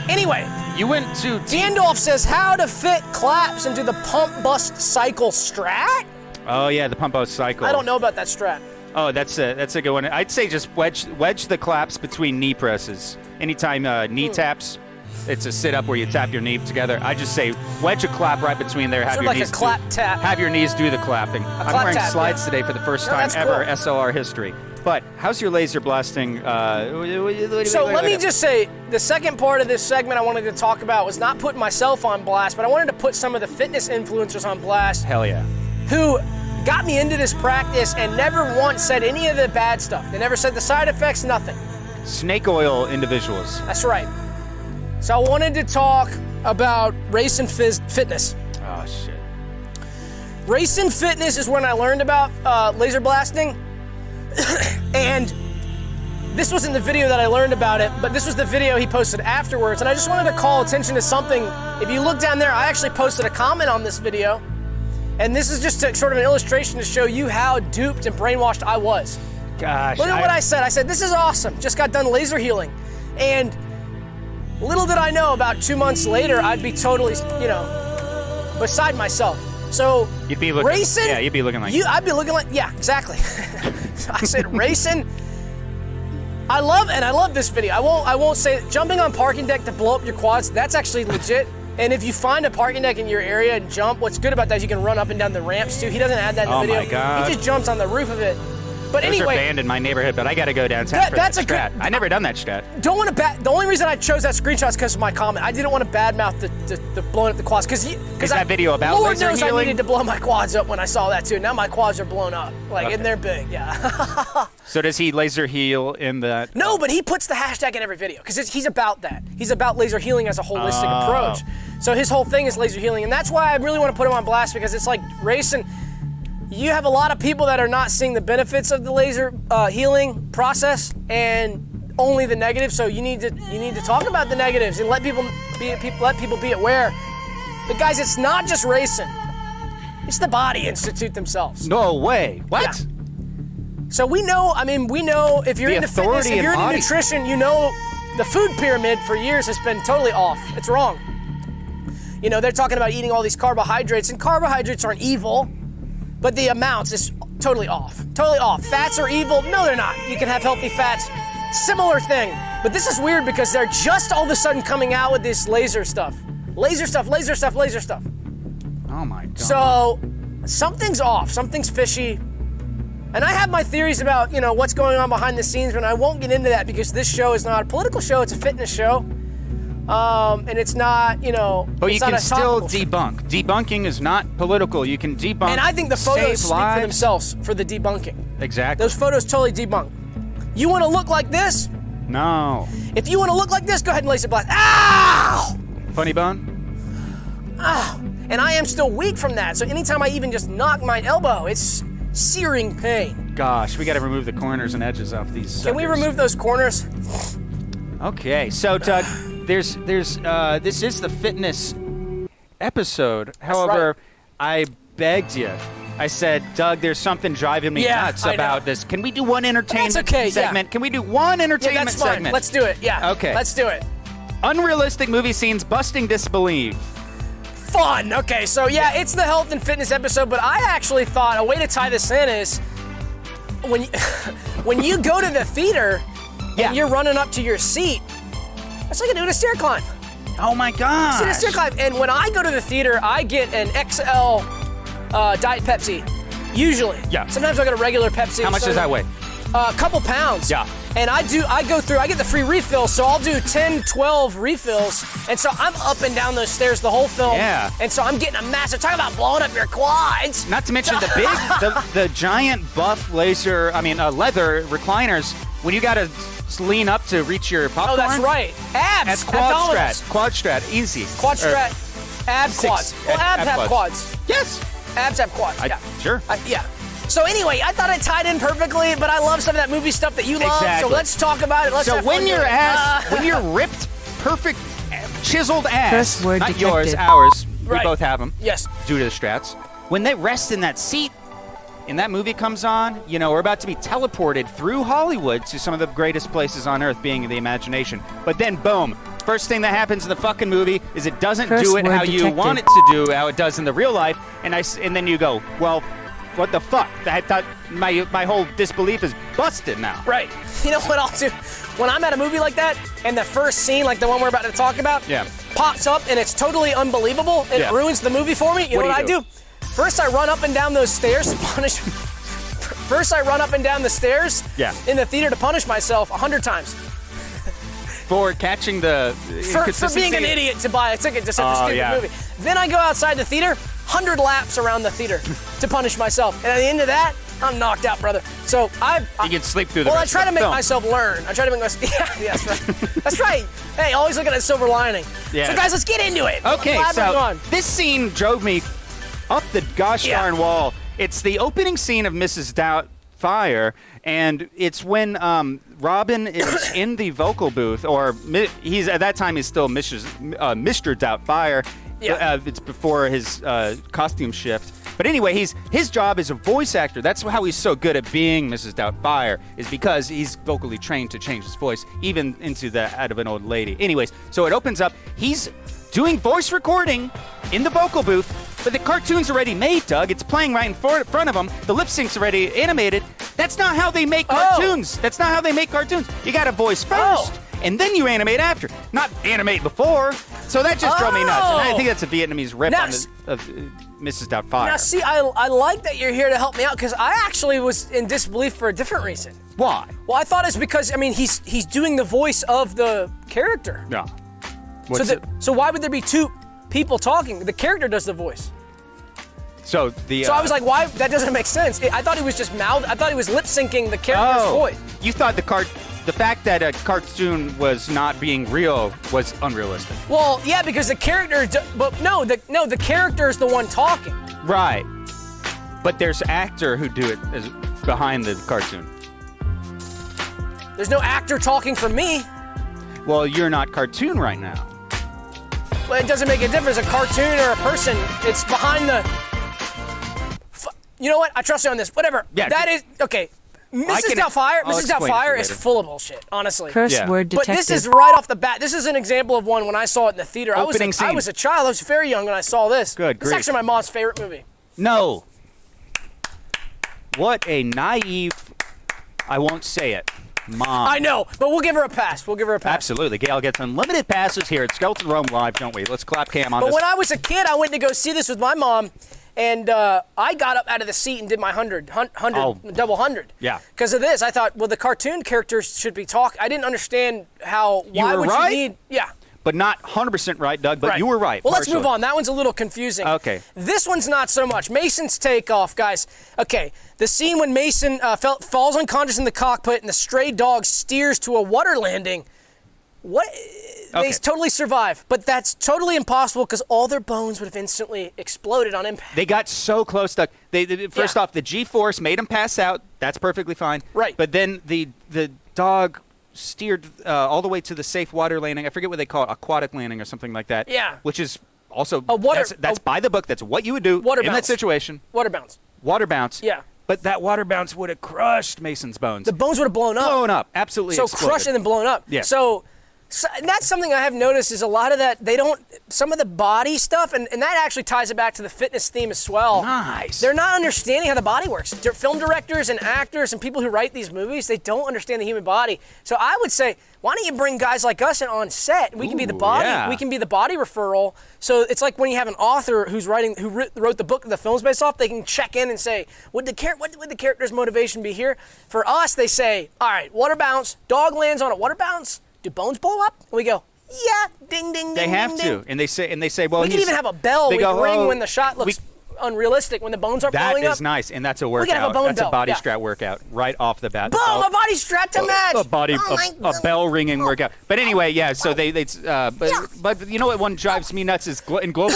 Speaker 2: Anyway,
Speaker 1: you went to
Speaker 2: Gandalf says how to fit claps into the pump bust cycle strat.
Speaker 1: Oh yeah, the pump out cycle.
Speaker 2: I don't know about that strat.
Speaker 1: Oh, that's a that's a good one. I'd say just wedge wedge the claps between knee presses. Anytime uh, knee taps, it's a sit up where you tap your knee together. I just say wedge a clap right between there. Have
Speaker 2: Sort of
Speaker 1: your
Speaker 2: like a
Speaker 1: knees do-
Speaker 2: clap tap.
Speaker 1: Have your knees do the clapping. I'm
Speaker 2: clap
Speaker 1: wearing
Speaker 2: tap,
Speaker 1: slides
Speaker 2: yeah.
Speaker 1: today for the first
Speaker 2: No,
Speaker 1: time
Speaker 2: that's
Speaker 1: ever
Speaker 2: cool.
Speaker 1: SLR history. But how's your laser blasting? Uh,
Speaker 2: So let me just say the second part of this segment I wanted to talk about was not putting myself on blast, but I wanted to put some of the fitness influencers on blast
Speaker 1: Hell yeah.
Speaker 2: who got me into this practice and never once said any of the bad stuff. They never said the side effects, nothing.
Speaker 1: Snake oil individuals.
Speaker 2: That's right. So I wanted to talk about race and phys- fitness.
Speaker 1: Oh shit.
Speaker 2: Race and *coughs* fitness is when I learned about uh, laser blasting, and This wasn't the video that I learned about it, but this was the video he posted afterwards. And I just wanted to call attention to something. If you look down there, I actually posted a comment on this video. And this is just a, sort of an illustration to show you how duped and brainwashed I was.
Speaker 1: Gosh.
Speaker 2: Look at what I said. I said, This is awesome. Just got done laser healing. And little did I know, about two months later, I'd be totally, you know, beside myself. So,
Speaker 1: You'd be looking-
Speaker 2: racing.
Speaker 1: yeah, you'd be looking like-
Speaker 2: You, I'd be looking like, yeah, exactly. *laughs* I said, Racing. I love and I love this video. I won't I won't say jumping on parking deck to blow up your quads, that's actually legit. And if you find a parking deck in your area and jump, what's good about that is you can run up and down the ramps too. He doesn't add that in the
Speaker 1: Oh my
Speaker 2: video.
Speaker 1: God.
Speaker 2: He just jumps on the roof of it. But
Speaker 1: Those
Speaker 2: anyway,
Speaker 1: are banned in my neighborhood, but I got to go downtown
Speaker 2: That-
Speaker 1: for
Speaker 2: that's
Speaker 1: that
Speaker 2: a good-
Speaker 1: strat. I never done that strat.
Speaker 2: don't want to bat. The only reason I chose that screenshot is because of my comment. I didn't want to badmouth the, the, the blowing up the quads because
Speaker 1: Is that video about
Speaker 2: Lord
Speaker 1: laser
Speaker 2: knows I
Speaker 1: healing?
Speaker 2: needed to blow my quads up when I saw that too. Now my quads are blown up, like
Speaker 1: Okay.
Speaker 2: and they're big. Yeah.
Speaker 1: So does he laser heal in that?
Speaker 2: no, but he puts the hashtag in every video because he's about that. He's about laser healing as a holistic
Speaker 1: Oh.
Speaker 2: approach. So his whole thing is laser healing, and that's why I really want to put him on blast because it's like racing. You have a lot of people that are not seeing the benefits of the laser uh, healing process and only the negatives. So you need to you need to talk about the negatives and let people be people, let people be aware. But guys, it's not just racing; it's the body institute themselves.
Speaker 1: No way. What?
Speaker 2: Yeah. So we know, I mean, we know if you're
Speaker 1: The
Speaker 2: into fitness,
Speaker 1: authority
Speaker 2: if
Speaker 1: in
Speaker 2: you're into
Speaker 1: body.
Speaker 2: nutrition, you know the food pyramid for years has been totally off. It's wrong. You know, they're talking about eating all these carbohydrates, and carbohydrates aren't evil, but the amounts is totally off. Totally off. Fats are evil. No, they're not. You can have healthy fats. Similar thing. But this is weird because they're just all of a sudden coming out with this laser stuff. Laser stuff, laser stuff, laser stuff.
Speaker 1: Oh my god.
Speaker 2: So something's off, something's fishy. And I have my theories about, you know, what's going on behind the scenes, but I won't get into that because this show is not a political show, it's a fitness show. Um, and it's not, you know,
Speaker 1: but you
Speaker 2: it's not
Speaker 1: can
Speaker 2: a
Speaker 1: still
Speaker 2: topical-
Speaker 1: debunk. Debunking is not political. You can debunk.
Speaker 2: And I think the photos
Speaker 1: save
Speaker 2: speak
Speaker 1: lives.
Speaker 2: for themselves for the debunking.
Speaker 1: Exactly.
Speaker 2: Those photos totally debunk. You want to look like this?
Speaker 1: no.
Speaker 2: If you want to look like this, go ahead and lace it black. Ow!
Speaker 1: Funny bone.
Speaker 2: And I am still weak from that, so anytime I even just knock my elbow, it's searing pain.
Speaker 1: Gosh, we got to remove the corners and edges off these.
Speaker 2: Can we
Speaker 1: suckers.
Speaker 2: remove those corners?
Speaker 1: Okay,
Speaker 2: *sighs*
Speaker 1: so Doug, there's there's uh, this is the fitness episode. However, I begged you. I said, Doug, there's something driving me
Speaker 2: Yeah,
Speaker 1: nuts
Speaker 2: I know.
Speaker 1: about this. Can we do one entertainment
Speaker 2: okay, yeah.
Speaker 1: segment? Can we do one
Speaker 2: Yeah,
Speaker 1: entertainment
Speaker 2: that's fine.
Speaker 1: segment?
Speaker 2: Let's do it. Yeah.
Speaker 1: Okay.
Speaker 2: Let's do it.
Speaker 1: Unrealistic movie scenes busting disbelief.
Speaker 2: Fun. Okay. So yeah, it's the health and fitness episode, but I actually thought a way to tie this in is when you, *laughs* when you go to the theater
Speaker 1: Yeah.
Speaker 2: and you're running up to your seat, that's like doing a stair climb.
Speaker 1: Oh my god.
Speaker 2: Doing a stair climb. And when I go to the theater, I get an XL uh, diet Pepsi. Usually.
Speaker 1: Yeah.
Speaker 2: Sometimes I get a regular Pepsi.
Speaker 1: How much does that
Speaker 2: sometimes-
Speaker 1: weigh?
Speaker 2: a couple pounds.
Speaker 1: Yeah.
Speaker 2: And I do, I go through, I get the free refill, so I'll do 10, 12 refills. And so I'm up and down those stairs the whole film.
Speaker 1: Yeah.
Speaker 2: And so I'm getting a massive, talk about blowing up your quads.
Speaker 1: Not to mention the
Speaker 2: *laughs*
Speaker 1: big, the, the giant buff laser, I mean, uh, leather recliners, when you gotta s- lean up to reach your
Speaker 2: Oh,
Speaker 1: popcorn.
Speaker 2: that's right. Abs.
Speaker 1: That's quad
Speaker 2: abdominals.
Speaker 1: strat. Quad strat. Easy. Er,
Speaker 2: Quad
Speaker 1: Or-
Speaker 2: strat. Ab
Speaker 1: six. *laughs*
Speaker 2: quads. Well,
Speaker 1: Ab-
Speaker 2: abs
Speaker 1: ab
Speaker 2: have
Speaker 1: quads.
Speaker 2: quads.
Speaker 1: Yes.
Speaker 2: Abs have quads.
Speaker 1: I-
Speaker 2: yeah.
Speaker 1: sure.
Speaker 2: I- yeah. So anyway, I thought it tied in perfectly, but I love some of that movie stuff that you love.
Speaker 1: Exactly.
Speaker 2: So let's talk about it. Let's
Speaker 1: so
Speaker 2: have
Speaker 1: when
Speaker 2: fun
Speaker 1: your
Speaker 2: doing it. *laughs*
Speaker 1: ass,
Speaker 2: Uh,
Speaker 1: *laughs* when your ripped, perfect, chiseled ass,
Speaker 3: Curse word
Speaker 1: not yours,
Speaker 3: detected.
Speaker 1: ours,
Speaker 2: Right.
Speaker 1: we both have them.
Speaker 2: Yes.
Speaker 1: Due to the strats. When they rest in that seat and that movie comes on, you know, we're about to be teleported through Hollywood to some of the greatest places on earth, being the imagination. But then, boom. First thing that happens in the fucking movie is it doesn't
Speaker 3: Curse
Speaker 1: do it
Speaker 3: word
Speaker 1: how you
Speaker 3: detected.
Speaker 1: want it to do, how it does in the real life, and I s- and then you go, well, what the fuck? I thought my my whole disbelief is busted now.
Speaker 2: Right. *laughs* You know what I'll do? When I'm at a movie like that, and the first scene, like the one we're about to talk about,
Speaker 1: Yeah.
Speaker 2: pops up and it's totally unbelievable, and
Speaker 1: Yeah.
Speaker 2: it ruins the movie for me. You know
Speaker 1: What
Speaker 2: what I
Speaker 1: do you
Speaker 2: do? First, I run up and down those stairs to punish. *laughs* First, I run up and down the stairs
Speaker 1: Yeah.
Speaker 2: in the theater to punish myself a hundred times
Speaker 1: for catching the
Speaker 2: for, for being an idiot to buy a ticket to such a
Speaker 1: Oh,
Speaker 2: stupid
Speaker 1: yeah.
Speaker 2: movie. Then I go outside the theater, hundred laps around the theater to punish myself, and at the end of that, I'm knocked out, brother. So I, I
Speaker 1: You can sleep through the.
Speaker 2: Well, I
Speaker 1: rest
Speaker 2: try
Speaker 1: of
Speaker 2: to
Speaker 1: the
Speaker 2: make
Speaker 1: film.
Speaker 2: myself learn. I try to make myself. *laughs* Yeah, yeah, that's right. that's right. Hey, always looking at a silver lining.
Speaker 1: Yeah.
Speaker 2: So, guys, let's get into it.
Speaker 1: Okay,
Speaker 2: Live and
Speaker 1: so
Speaker 2: on.
Speaker 1: this scene drove me up the gosh
Speaker 2: Yeah.
Speaker 1: darn wall. It's the opening scene of Mrs. Doubt. fire, and it's when um,
Speaker 2: *coughs*
Speaker 1: Robin is in the vocal booth, or mi- he's at that time he's still Mrs. Uh, Mr. Doubtfire.
Speaker 2: Yeah.
Speaker 1: Uh, it's before his uh, costume shift. But anyway, he's his job is a voice actor. That's how he's so good at being Mrs. Doubtfire is because he's vocally trained to change his voice even into the out of an old lady. Anyways, so it opens up. He's doing voice recording in the vocal booth, but the cartoon's already made, Doug. It's playing right in for- front of him. The lip sync's already animated. That's not how they make cartoons. That's not how they make cartoons. You got to voice first. And then you animate after, not animate before. So that just drove me nuts. And I
Speaker 2: Oh.
Speaker 1: think that's a Vietnamese rip
Speaker 2: Now
Speaker 1: on
Speaker 2: s-
Speaker 1: the, of uh, Mrs. Doubtfire.
Speaker 2: Now, see, I, I like that you're here to help me out because I actually was in disbelief for a different reason.
Speaker 1: Why?
Speaker 2: Well, I thought it's because I mean he's he's doing the voice of the character.
Speaker 1: No.
Speaker 2: So,
Speaker 1: What's
Speaker 2: the, so why would there be two people talking? The character does the voice.
Speaker 1: so the.
Speaker 2: So
Speaker 1: uh,
Speaker 2: I was like, why? That doesn't make sense. I thought he was just mouth. I thought he was lip syncing the character's
Speaker 1: oh,
Speaker 2: voice.
Speaker 1: you thought the cart, the fact that a cartoon was not being real was unrealistic.
Speaker 2: Well, yeah, because the character. d- But no, the no, the character is the one talking.
Speaker 1: Right. But there's actor who do it as behind the cartoon.
Speaker 2: There's no actor talking for me.
Speaker 1: Well, you're not cartoon right now.
Speaker 2: Well, it doesn't make a difference. A cartoon or a person. It's behind the. F- You know what? I trust you on this. Whatever.
Speaker 1: Yeah,
Speaker 2: That
Speaker 1: ju-
Speaker 2: is okay. Mrs.
Speaker 1: can-
Speaker 2: Doubtfire.
Speaker 1: I'll
Speaker 2: Mrs.
Speaker 1: explain it to
Speaker 2: Doubtfire
Speaker 1: you
Speaker 2: is
Speaker 1: later.
Speaker 2: full of bullshit. Honestly.
Speaker 3: Curse
Speaker 1: Yeah.
Speaker 3: word
Speaker 2: But
Speaker 3: detective.
Speaker 2: this is right off the bat. This is an example of one when I saw it in the theater. I
Speaker 1: Opening
Speaker 2: was a,
Speaker 1: scene.
Speaker 2: I was a child. I was very young when I saw this.
Speaker 1: Good
Speaker 2: This is
Speaker 1: grief.
Speaker 2: actually my mom's favorite movie.
Speaker 1: No. What a naive. I won't say it. Mom.
Speaker 2: I know, but we'll give her a pass. We'll give her a pass.
Speaker 1: Absolutely. Gail gets unlimited passes here at Skeleton Rome Live, don't we? Let's clap Cam on
Speaker 2: But
Speaker 1: this.
Speaker 2: when I was a kid, I went to go see this with my mom, and uh, I got up out of the seat and did my 100, hun- 100
Speaker 1: Oh.
Speaker 2: double 100.
Speaker 1: Yeah.
Speaker 2: Because of this, I thought, well, the cartoon characters should be talking. I didn't understand how,
Speaker 1: You
Speaker 2: why
Speaker 1: were
Speaker 2: would
Speaker 1: right?
Speaker 2: you need. Yeah.
Speaker 1: But not 100% right, Doug, but you were right.
Speaker 2: Well, let's
Speaker 1: partially.
Speaker 2: move on. That one's a little confusing.
Speaker 1: Okay.
Speaker 2: This one's not so much. Mason's takeoff, guys. Okay. The scene when Mason uh, fell, falls unconscious in the cockpit and the stray dog steers to a water landing. What? They
Speaker 1: Okay.
Speaker 2: totally survive, but that's totally impossible because all their bones would have instantly exploded on impact.
Speaker 1: They got so close, Doug. They, they- first
Speaker 2: Yeah.
Speaker 1: off, the G force made him pass out. That's perfectly fine.
Speaker 2: Right.
Speaker 1: But then the the dog steered uh, all the way to the safe water landing. I forget what they call it, aquatic landing or something like that.
Speaker 2: Yeah.
Speaker 1: Which is also
Speaker 2: A water-
Speaker 1: that's, that's
Speaker 2: a-
Speaker 1: by the book. That's what you would do
Speaker 2: Water
Speaker 1: in that
Speaker 2: bounce.
Speaker 1: situation.
Speaker 2: Water bounce.
Speaker 1: Water bounce.
Speaker 2: Yeah.
Speaker 1: But that water bounce would have crushed Mason's bones.
Speaker 2: The bones would have blown up.
Speaker 1: blown up. Absolutely.
Speaker 2: so
Speaker 1: exploded.
Speaker 2: crushed and then blown up.
Speaker 1: Yeah.
Speaker 2: So, so and that's something I have noticed is a lot of that they don't some of the body stuff and, and that actually ties it back to the fitness theme as well.
Speaker 1: Nice.
Speaker 2: They're not understanding how the body works. Di- Film directors and actors and people who write these movies, they don't understand the human body. So I would say, why don't you bring guys like us in on set? We can be the
Speaker 1: Ooh,
Speaker 2: body.
Speaker 1: yeah.
Speaker 2: We can be the body referral. So it's like when you have an author who's writing, who writ- wrote the book that the film's based off. They can check in and say, would the char- what would the character's motivation be here? For us, they say, all right, water bounce. Dog lands on a water bounce. Do bones blow up? And we go, yeah, ding ding.
Speaker 1: They
Speaker 2: ding,
Speaker 1: have
Speaker 2: ding,
Speaker 1: to,
Speaker 2: ding."
Speaker 1: and they say, and they say, well,
Speaker 2: We can
Speaker 1: he's-
Speaker 2: even have a bell.
Speaker 1: They
Speaker 2: We
Speaker 1: go,
Speaker 2: can ring
Speaker 1: "Oh,
Speaker 2: when the shot
Speaker 1: we-
Speaker 2: looks unrealistic. When the bones aren't
Speaker 1: That
Speaker 2: blowing
Speaker 1: is
Speaker 2: up.
Speaker 1: nice, and that's a workout.
Speaker 2: We can have a bone
Speaker 1: that's
Speaker 2: bell,
Speaker 1: a body
Speaker 2: yeah.
Speaker 1: strat workout right off the bat.
Speaker 2: Boom!
Speaker 1: Bell-
Speaker 2: A body strap to match.
Speaker 1: a body,
Speaker 2: Oh my Oh.
Speaker 1: a, a bell ringing workout. But anyway, yeah. So they, they, uh, but, but you know what? One drives me nuts is glo- in global,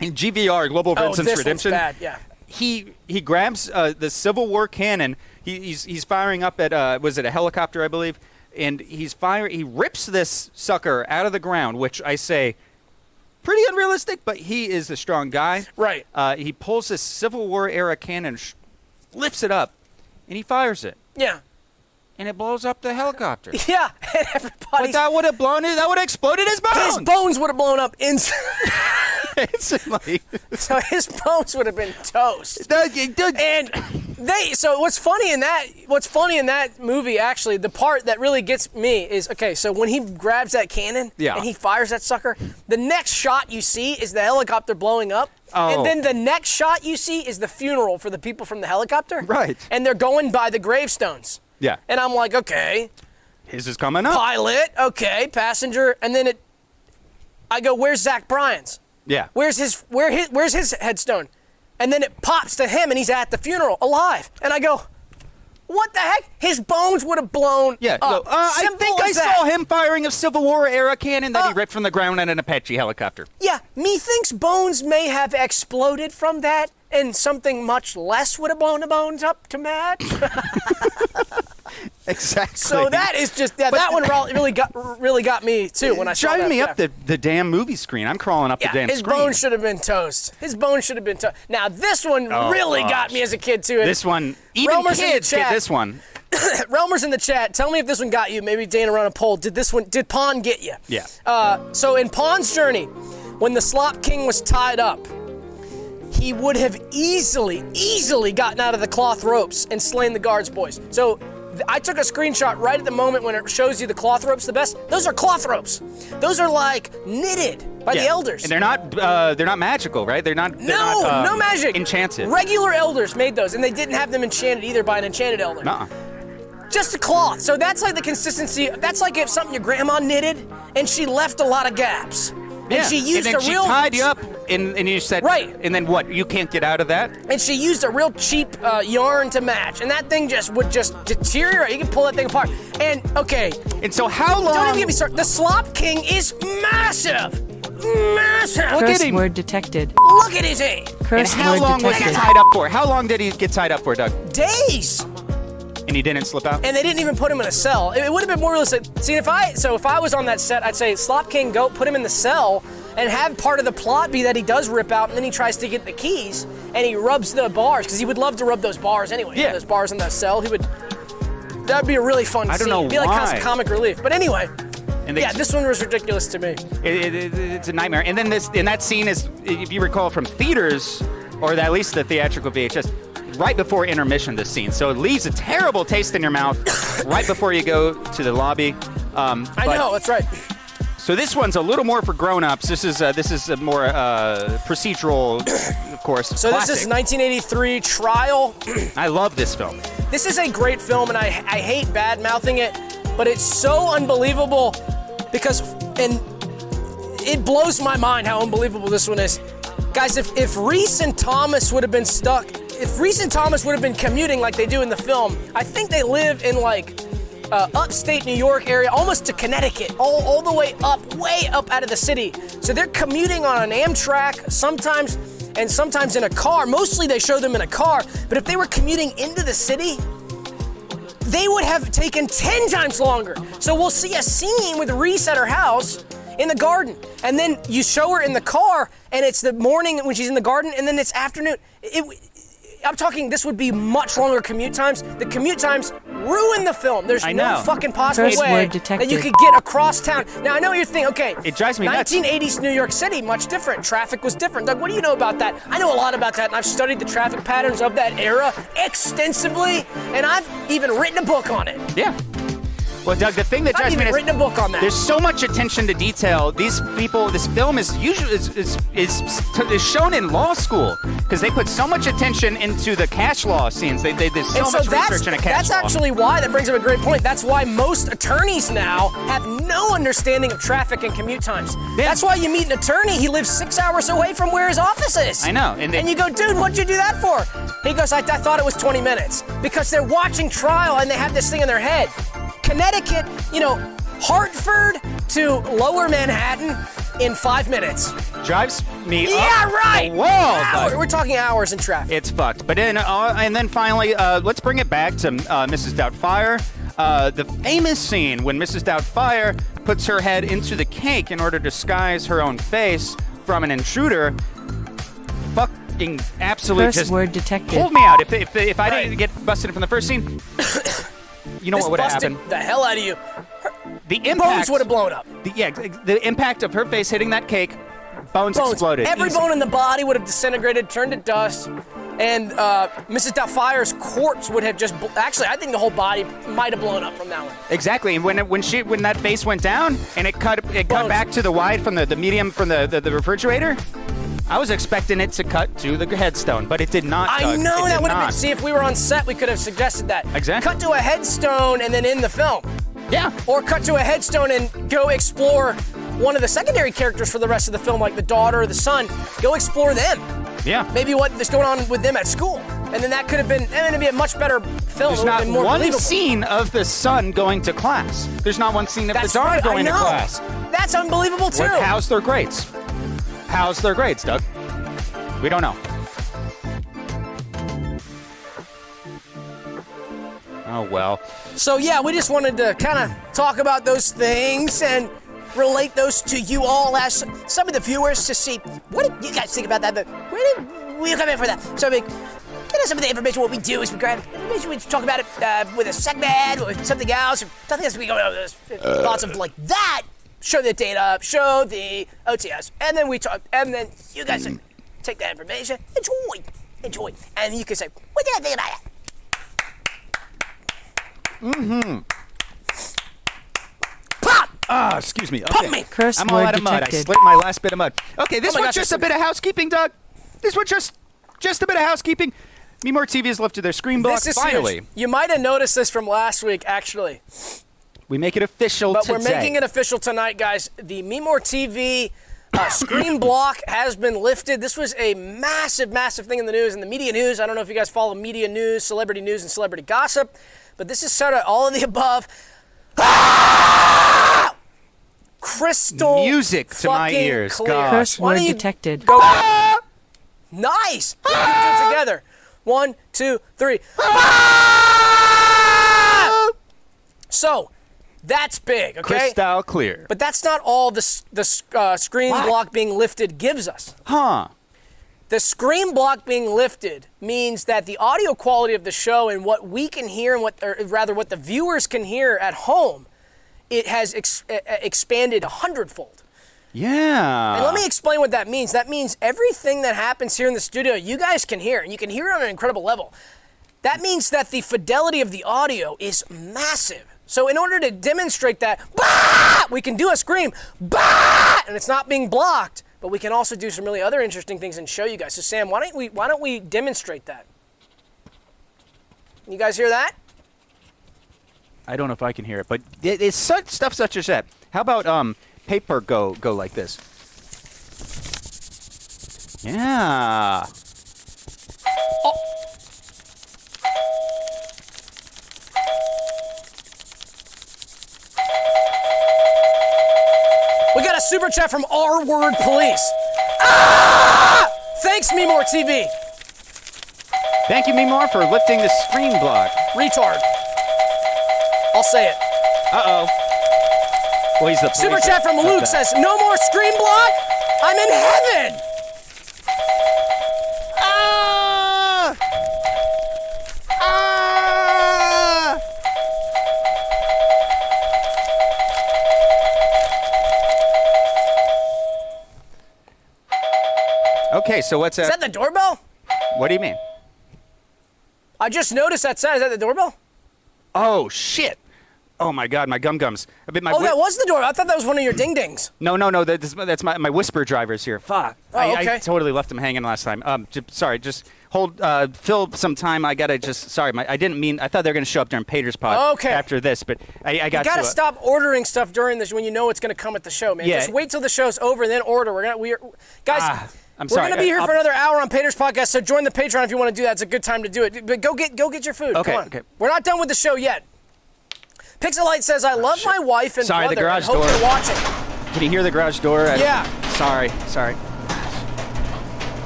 Speaker 1: in GVR, Global
Speaker 2: Oh,
Speaker 1: Vincent's
Speaker 2: this one's
Speaker 1: Redemption.
Speaker 2: bad, yeah.
Speaker 1: He he grabs uh, the Civil War cannon. He, he's he's firing up at uh, was it a helicopter I believe, and he's fire. He rips this sucker out of the ground, which I say. Pretty unrealistic, but he is a strong guy.
Speaker 2: Right.
Speaker 1: Uh, he pulls this Civil War era cannon, sh- lifts it up, and he fires it,
Speaker 2: Yeah. *laughs*
Speaker 1: and it blows up the helicopter.
Speaker 2: Yeah. And
Speaker 1: But
Speaker 2: everybody's
Speaker 1: that would have blown it. That would have exploded his bones.
Speaker 2: his bones would have blown up inside.
Speaker 1: *laughs*
Speaker 2: *laughs*
Speaker 1: It's like-
Speaker 2: so his bones would have been toast.
Speaker 1: Doug, it- Doug-
Speaker 2: And they so what's funny in that what's funny in that movie actually the part that really gets me is okay so when he grabs that cannon
Speaker 1: Yeah.
Speaker 2: and he fires that sucker the next shot you see is the helicopter blowing up
Speaker 1: Oh.
Speaker 2: and then the next shot you see is the funeral for the people from the helicopter
Speaker 1: Right.
Speaker 2: and they're going by the gravestones
Speaker 1: Yeah.
Speaker 2: and I'm like okay
Speaker 1: his is coming up.
Speaker 2: pilot, okay, passenger, and then it. I go, where's Zach Bryan's?
Speaker 1: Yeah.
Speaker 2: Where's his where his, where's his headstone? And then it pops to him, and he's at the funeral alive. And I go, what the heck? His bones would have blown.
Speaker 1: Yeah.
Speaker 2: up.
Speaker 1: no, uh, I
Speaker 2: Simple
Speaker 1: think I
Speaker 2: as that.
Speaker 1: saw him firing a Civil War era cannon that he
Speaker 2: Uh,
Speaker 1: ripped from the ground at an Apache helicopter.
Speaker 2: Yeah, methinks bones may have exploded from that, and something much less would have blown the bones up to
Speaker 1: *laughs*
Speaker 2: match.
Speaker 1: Exactly.
Speaker 2: So that is just yeah, that one re- really got really got me too when I
Speaker 1: It's
Speaker 2: saw
Speaker 1: driving
Speaker 2: that,
Speaker 1: me
Speaker 2: yeah.
Speaker 1: up the, the damn movie screen. I'm crawling up
Speaker 2: Yeah,
Speaker 1: the damn
Speaker 2: his
Speaker 1: screen.
Speaker 2: bone should have been toast. His bone should have been toast. Now this one
Speaker 1: Oh,
Speaker 2: really
Speaker 1: gosh.
Speaker 2: got me as a kid too. And
Speaker 1: This one, even
Speaker 2: Romer's in the
Speaker 1: kids get
Speaker 2: chat.
Speaker 1: this one.
Speaker 2: Realmer's in the chat. Tell me if this one got you. Maybe Dana run a poll. Did this one? Did Pawn get you?
Speaker 1: Yeah.
Speaker 2: Uh, so in Pawn's journey, when the Slop King was tied up, he would have easily, easily gotten out of the cloth ropes and slain the guards boys. So th- I took a screenshot right at the moment when it shows you the cloth ropes. The best. Those are cloth ropes. Those are like knitted by the
Speaker 1: Yeah.
Speaker 2: elders.
Speaker 1: And they're not uh, they're not magical, right? They're not. they're
Speaker 2: no,
Speaker 1: not, um,
Speaker 2: no magic.
Speaker 1: Enchanted.
Speaker 2: Regular elders made those, and they didn't have them enchanted either by an enchanted elder
Speaker 1: Nuh-uh.
Speaker 2: just a cloth. So that's like the consistency. That's like if something your grandma knitted and she left a lot of gaps.
Speaker 1: Yeah.
Speaker 2: And she used
Speaker 1: then
Speaker 2: a
Speaker 1: she
Speaker 2: real
Speaker 1: tied you up, and, and you said
Speaker 2: Right.
Speaker 1: And then what? You can't get out of that.
Speaker 2: and she used a real cheap uh, yarn to match. And that thing just would just deteriorate. You could pull that thing apart. And okay,
Speaker 1: And so how long?
Speaker 2: don't even get me started. The Slop King is massive. Massive. Look,
Speaker 1: Curse
Speaker 3: Curse
Speaker 1: at him. word
Speaker 3: word detected.
Speaker 2: look at his head.
Speaker 1: and
Speaker 3: Curse
Speaker 1: how
Speaker 3: word
Speaker 1: long was he
Speaker 3: detected.
Speaker 1: tied up for? How long did he get tied up for, Doug?
Speaker 2: Days.
Speaker 1: And he didn't slip out.
Speaker 2: and they didn't even put him in a cell. It, would have been more realistic. See, if I so if I was on that set, I'd say Slop King, go put him in the cell, and have part of the plot be that he does rip out, and then he tries to get the keys, and he rubs the bars because he would love to rub those bars anyway.
Speaker 1: Yeah.
Speaker 2: those bars in that cell, he would. That'd be a really fun.
Speaker 1: I don't
Speaker 2: scene.
Speaker 1: know
Speaker 2: It'd be like kind
Speaker 1: why.
Speaker 2: of comic relief. But anyway,
Speaker 1: and they,
Speaker 2: yeah, this one was ridiculous to me.
Speaker 1: It, it, it, it's a nightmare. And then this, and that scene is, if you recall from theaters, or at least the theatrical VHS, right before intermission. This scene, so it leaves a terrible taste in your mouth
Speaker 2: *coughs*
Speaker 1: right before you go to the lobby. Um,
Speaker 2: I
Speaker 1: but-
Speaker 2: know that's right.
Speaker 1: So this one's a little more for grown-ups. This is uh, this is a more uh, procedural, of course.
Speaker 2: So this is 1983 trial. *clears throat*
Speaker 1: I love this film.
Speaker 2: This is a great film, and I, I hate bad mouthing it, but it's so unbelievable because, and it blows my mind how unbelievable this one is. Guys, if, if Reese and Thomas would have been stuck, if Reese and Thomas would have been commuting like they do in the film, I think they live in like uh, upstate New York area, almost to Connecticut, all, all the way up, way up out of the city. So they're commuting on an Amtrak sometimes and sometimes in a car. Mostly they show them in a car, but if they were commuting into the city, they would have taken 10 times longer. So we'll see a scene with Reese at her house in the garden. And then you show her in the car, and it's the morning when she's in the garden, and then it's afternoon. It, I'm talking this would be much longer commute times. The commute times ruin the film. There's
Speaker 1: I
Speaker 2: no
Speaker 1: know.
Speaker 2: fucking possible
Speaker 3: Curse
Speaker 2: way
Speaker 3: word
Speaker 2: that you
Speaker 3: detected.
Speaker 2: could get across town. Now I know you're thinking, okay,
Speaker 1: It drives me nuts.
Speaker 2: 1980s New York City, much different. Traffic was different. Doug, what do you know about that? I know a lot about that, and I've studied the traffic patterns of that era extensively, and I've even written a book on it.
Speaker 1: Yeah. Well, Doug, the thing that
Speaker 2: I've
Speaker 1: drives me
Speaker 2: even
Speaker 1: nuts-
Speaker 2: written a book on that.
Speaker 1: There's so much attention to detail. These people, this film is usually is is, is, is shown in law school because they put so much attention into the cash law scenes. They, they there's so
Speaker 2: and so
Speaker 1: much
Speaker 2: that's,
Speaker 1: research in a
Speaker 2: that's
Speaker 1: cash law.
Speaker 2: actually why that brings up a great point. That's why most attorneys now have no understanding of traffic and commute times. That's why you meet an attorney, he lives six hours away from where his office is.
Speaker 1: I know, and they-
Speaker 2: you go, dude, what'd you do that for? He goes, I, I thought it was 20 minutes. Because they're watching trial and they have this thing in their head. Connecticut, you know, Hartford to lower Manhattan in five minutes.
Speaker 1: drives me
Speaker 2: yeah,
Speaker 1: up
Speaker 2: right!
Speaker 1: the wall.
Speaker 2: Hour-
Speaker 1: Doug.
Speaker 2: We're talking hours in traffic.
Speaker 1: It's fucked. But then, uh, and then finally, uh, let's bring it back to uh, Mrs. Doubtfire. Uh, the famous scene when Mrs. Doubtfire puts her head into the cake in order to disguise her own face from an intruder. Fucking absolutely
Speaker 3: Curse
Speaker 1: just
Speaker 3: word detected.
Speaker 1: pulled me out. If, if, if I
Speaker 2: Right.
Speaker 1: didn't get busted from the
Speaker 2: *coughs*
Speaker 1: first scene, you know
Speaker 2: This
Speaker 1: what would have
Speaker 2: busted
Speaker 1: happened?
Speaker 2: the hell out of you.
Speaker 1: The
Speaker 2: Bones
Speaker 1: impact
Speaker 2: would have blown up.
Speaker 1: The, yeah, the impact of her face hitting that cake, bones,
Speaker 2: bones.
Speaker 1: exploded.
Speaker 2: Every
Speaker 1: Easy.
Speaker 2: bone in the body would have disintegrated, turned to dust, and uh, Mrs. Doubtfire's corpse would have just. Bl- Actually, I think the whole body might have blown up from that one.
Speaker 1: Exactly, and when it, when she when that face went down and it cut it cut
Speaker 2: Bones.
Speaker 1: back to the wide from the, the medium from the, the, the refrigerator, I was expecting it to cut to the headstone, but it did not.
Speaker 2: I
Speaker 1: Doug. It
Speaker 2: know
Speaker 1: did
Speaker 2: that would have
Speaker 1: not.
Speaker 2: been. See, if we were on set, we could have suggested that.
Speaker 1: Exactly.
Speaker 2: Cut to a headstone and then in the film,
Speaker 1: Yeah,
Speaker 2: or cut to a headstone and go explore one of the secondary characters for the rest of the film, like the daughter or the son. Go explore them.
Speaker 1: yeah.
Speaker 2: Maybe what is going on with them at school, and then that could have been. And then it'd be a much better film.
Speaker 1: There's
Speaker 2: it would have
Speaker 1: not
Speaker 2: been more
Speaker 1: one
Speaker 2: believable.
Speaker 1: scene of the son going to class. There's not one scene of
Speaker 2: That's
Speaker 1: the daughter
Speaker 2: right, I
Speaker 1: going to
Speaker 2: know.
Speaker 1: class.
Speaker 2: That's unbelievable too.
Speaker 1: What, how's their grades? How's their grades, Doug? We don't know.
Speaker 5: Oh well.
Speaker 2: So yeah, we just wanted to kind of talk about those things and relate those to you all as some of the viewers to see what did you guys think about that. But where did we come in for that? So I mean, you know, some of the information what we do is we grab information, we talk about it uh, with a segment or something else. Or something else we go uh, lots of like that. Show the data, show the OTS, and then we talk, and then you guys like, take that information, enjoy, enjoy, and you can say, "What did I think about it?" Pop.
Speaker 1: Ah, excuse me. Okay.
Speaker 2: Pump me.
Speaker 3: Curse
Speaker 1: I'm all
Speaker 3: word
Speaker 1: out of mud. I
Speaker 3: detected.
Speaker 1: split my last bit of mud. Okay, this
Speaker 2: Oh my
Speaker 1: one's
Speaker 2: gosh,
Speaker 1: just
Speaker 2: I
Speaker 1: a bit of housekeeping, Doug. This one just just a bit of housekeeping. Me more TV is left to their screen block.
Speaker 2: This is
Speaker 1: Finally,
Speaker 2: huge. You might have noticed this from last week, actually,
Speaker 1: we make it official
Speaker 2: but
Speaker 1: today.
Speaker 2: we're making it official tonight, guys. The Me More TV
Speaker 1: *coughs*
Speaker 2: uh, screen block has been lifted. This was a massive, massive thing in the news, in the media news. I don't know if you guys follow media news, celebrity news, and celebrity gossip, but this is sort of all of the above. Ah! Crystal
Speaker 1: Music to my
Speaker 2: fucking
Speaker 1: ears.
Speaker 2: Clear.
Speaker 1: God.
Speaker 3: Curse
Speaker 2: Why
Speaker 3: word
Speaker 2: don't you
Speaker 3: detected.
Speaker 2: Go.
Speaker 1: Ah!
Speaker 2: Nice. Put them together. One, two, three. So, that's big. Okay.
Speaker 1: crystal clear.
Speaker 2: But that's not all the s- the s- uh, screen block being lifted gives us.
Speaker 1: huh?
Speaker 2: The screen block being lifted means that the audio quality of the show and what we can hear and what, or rather, what the viewers can hear at home, it has ex- uh, expanded a hundredfold.
Speaker 1: Yeah.
Speaker 2: And let me explain what that means. That means everything that happens here in the studio, you guys can hear, and you can hear it on an incredible level. That means that the fidelity of the audio is massive. So, in order to demonstrate that, bah! we can do a scream, bah! and it's not being blocked, but we can also do some really other interesting things and show you guys. So, Sam, why don't we why don't we demonstrate that? You guys hear that?
Speaker 1: I don't know if I can hear it, but it, it's such stuff such as that. How about um paper go go like this? Yeah.
Speaker 2: We got a super chat from R Word Police. Ah! Thanks, Me More TV.
Speaker 1: Thank you, Mimar, for lifting the screen block.
Speaker 2: Retard. I'll say it.
Speaker 1: Uh oh. Well, he's the
Speaker 2: Super
Speaker 1: police.
Speaker 2: chat from
Speaker 1: Cut
Speaker 2: Luke
Speaker 1: that.
Speaker 2: says, No more screen block? I'm in heaven!
Speaker 1: Ah! Ah! Okay, so what's
Speaker 2: Is that the doorbell?
Speaker 1: What do you mean?
Speaker 2: I just noticed that sound. Is that the doorbell?
Speaker 1: Oh shit! Oh my god, my gum gums. I bit my.
Speaker 2: Oh,
Speaker 1: whi-
Speaker 2: that was the doorbell. I thought that was one of your ding dings.
Speaker 1: No, no, no. That's, that's my my whisper drivers here. Fuck.
Speaker 2: Oh,
Speaker 1: I, I
Speaker 2: okay.
Speaker 1: totally left them hanging last time. Um, j- sorry. Just hold, uh, fill some time. I gotta just. Sorry, my, I didn't mean. I thought they were gonna show up during Pater's pod.
Speaker 2: Okay.
Speaker 1: After this, but I, I
Speaker 2: You
Speaker 1: got.
Speaker 2: gotta
Speaker 1: to, uh,
Speaker 2: stop ordering stuff during this when you know it's gonna come at the show, man.
Speaker 1: Yeah.
Speaker 2: Just wait till the show's over and then order. We're gonna we're guys.
Speaker 1: Ah, I'm
Speaker 2: we're
Speaker 1: sorry.
Speaker 2: gonna be here
Speaker 1: I-
Speaker 2: for
Speaker 1: I'll-
Speaker 2: another hour on Pater's podcast, so join the Patreon if you want to do that. It's a good time to do it. But go get go get your food.
Speaker 1: Okay,
Speaker 2: Come on.
Speaker 1: okay.
Speaker 2: We're not done with the show yet. Pixelite says, "I love my wife and
Speaker 1: Oh, Sorry, the
Speaker 2: brother.
Speaker 1: garage
Speaker 2: and hope
Speaker 1: door.
Speaker 2: You're watching."
Speaker 1: Can you hear the garage door? I-
Speaker 2: Yeah.
Speaker 1: Sorry. Sorry.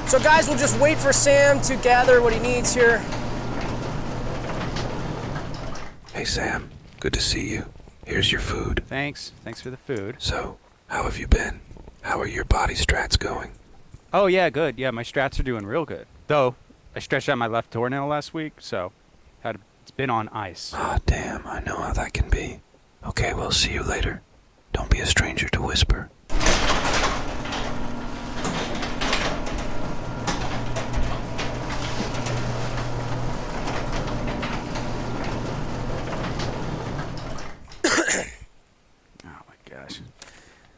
Speaker 2: So, guys, we'll just wait for Sam to gather what he needs here.
Speaker 6: Hey Sam, good to see you. Here's your food.
Speaker 1: Thanks. Thanks for the food.
Speaker 6: So, how have you been? How are your body strats going?
Speaker 1: Oh yeah, good. Yeah, my strats are doing real good. Though I stretched out my left toenail last week, so had it's been on ice.
Speaker 2: Oh
Speaker 6: Ah, damn, I know how that can be. Okay, well, see you later. Don't be a stranger to whisper.
Speaker 1: Oh my gosh.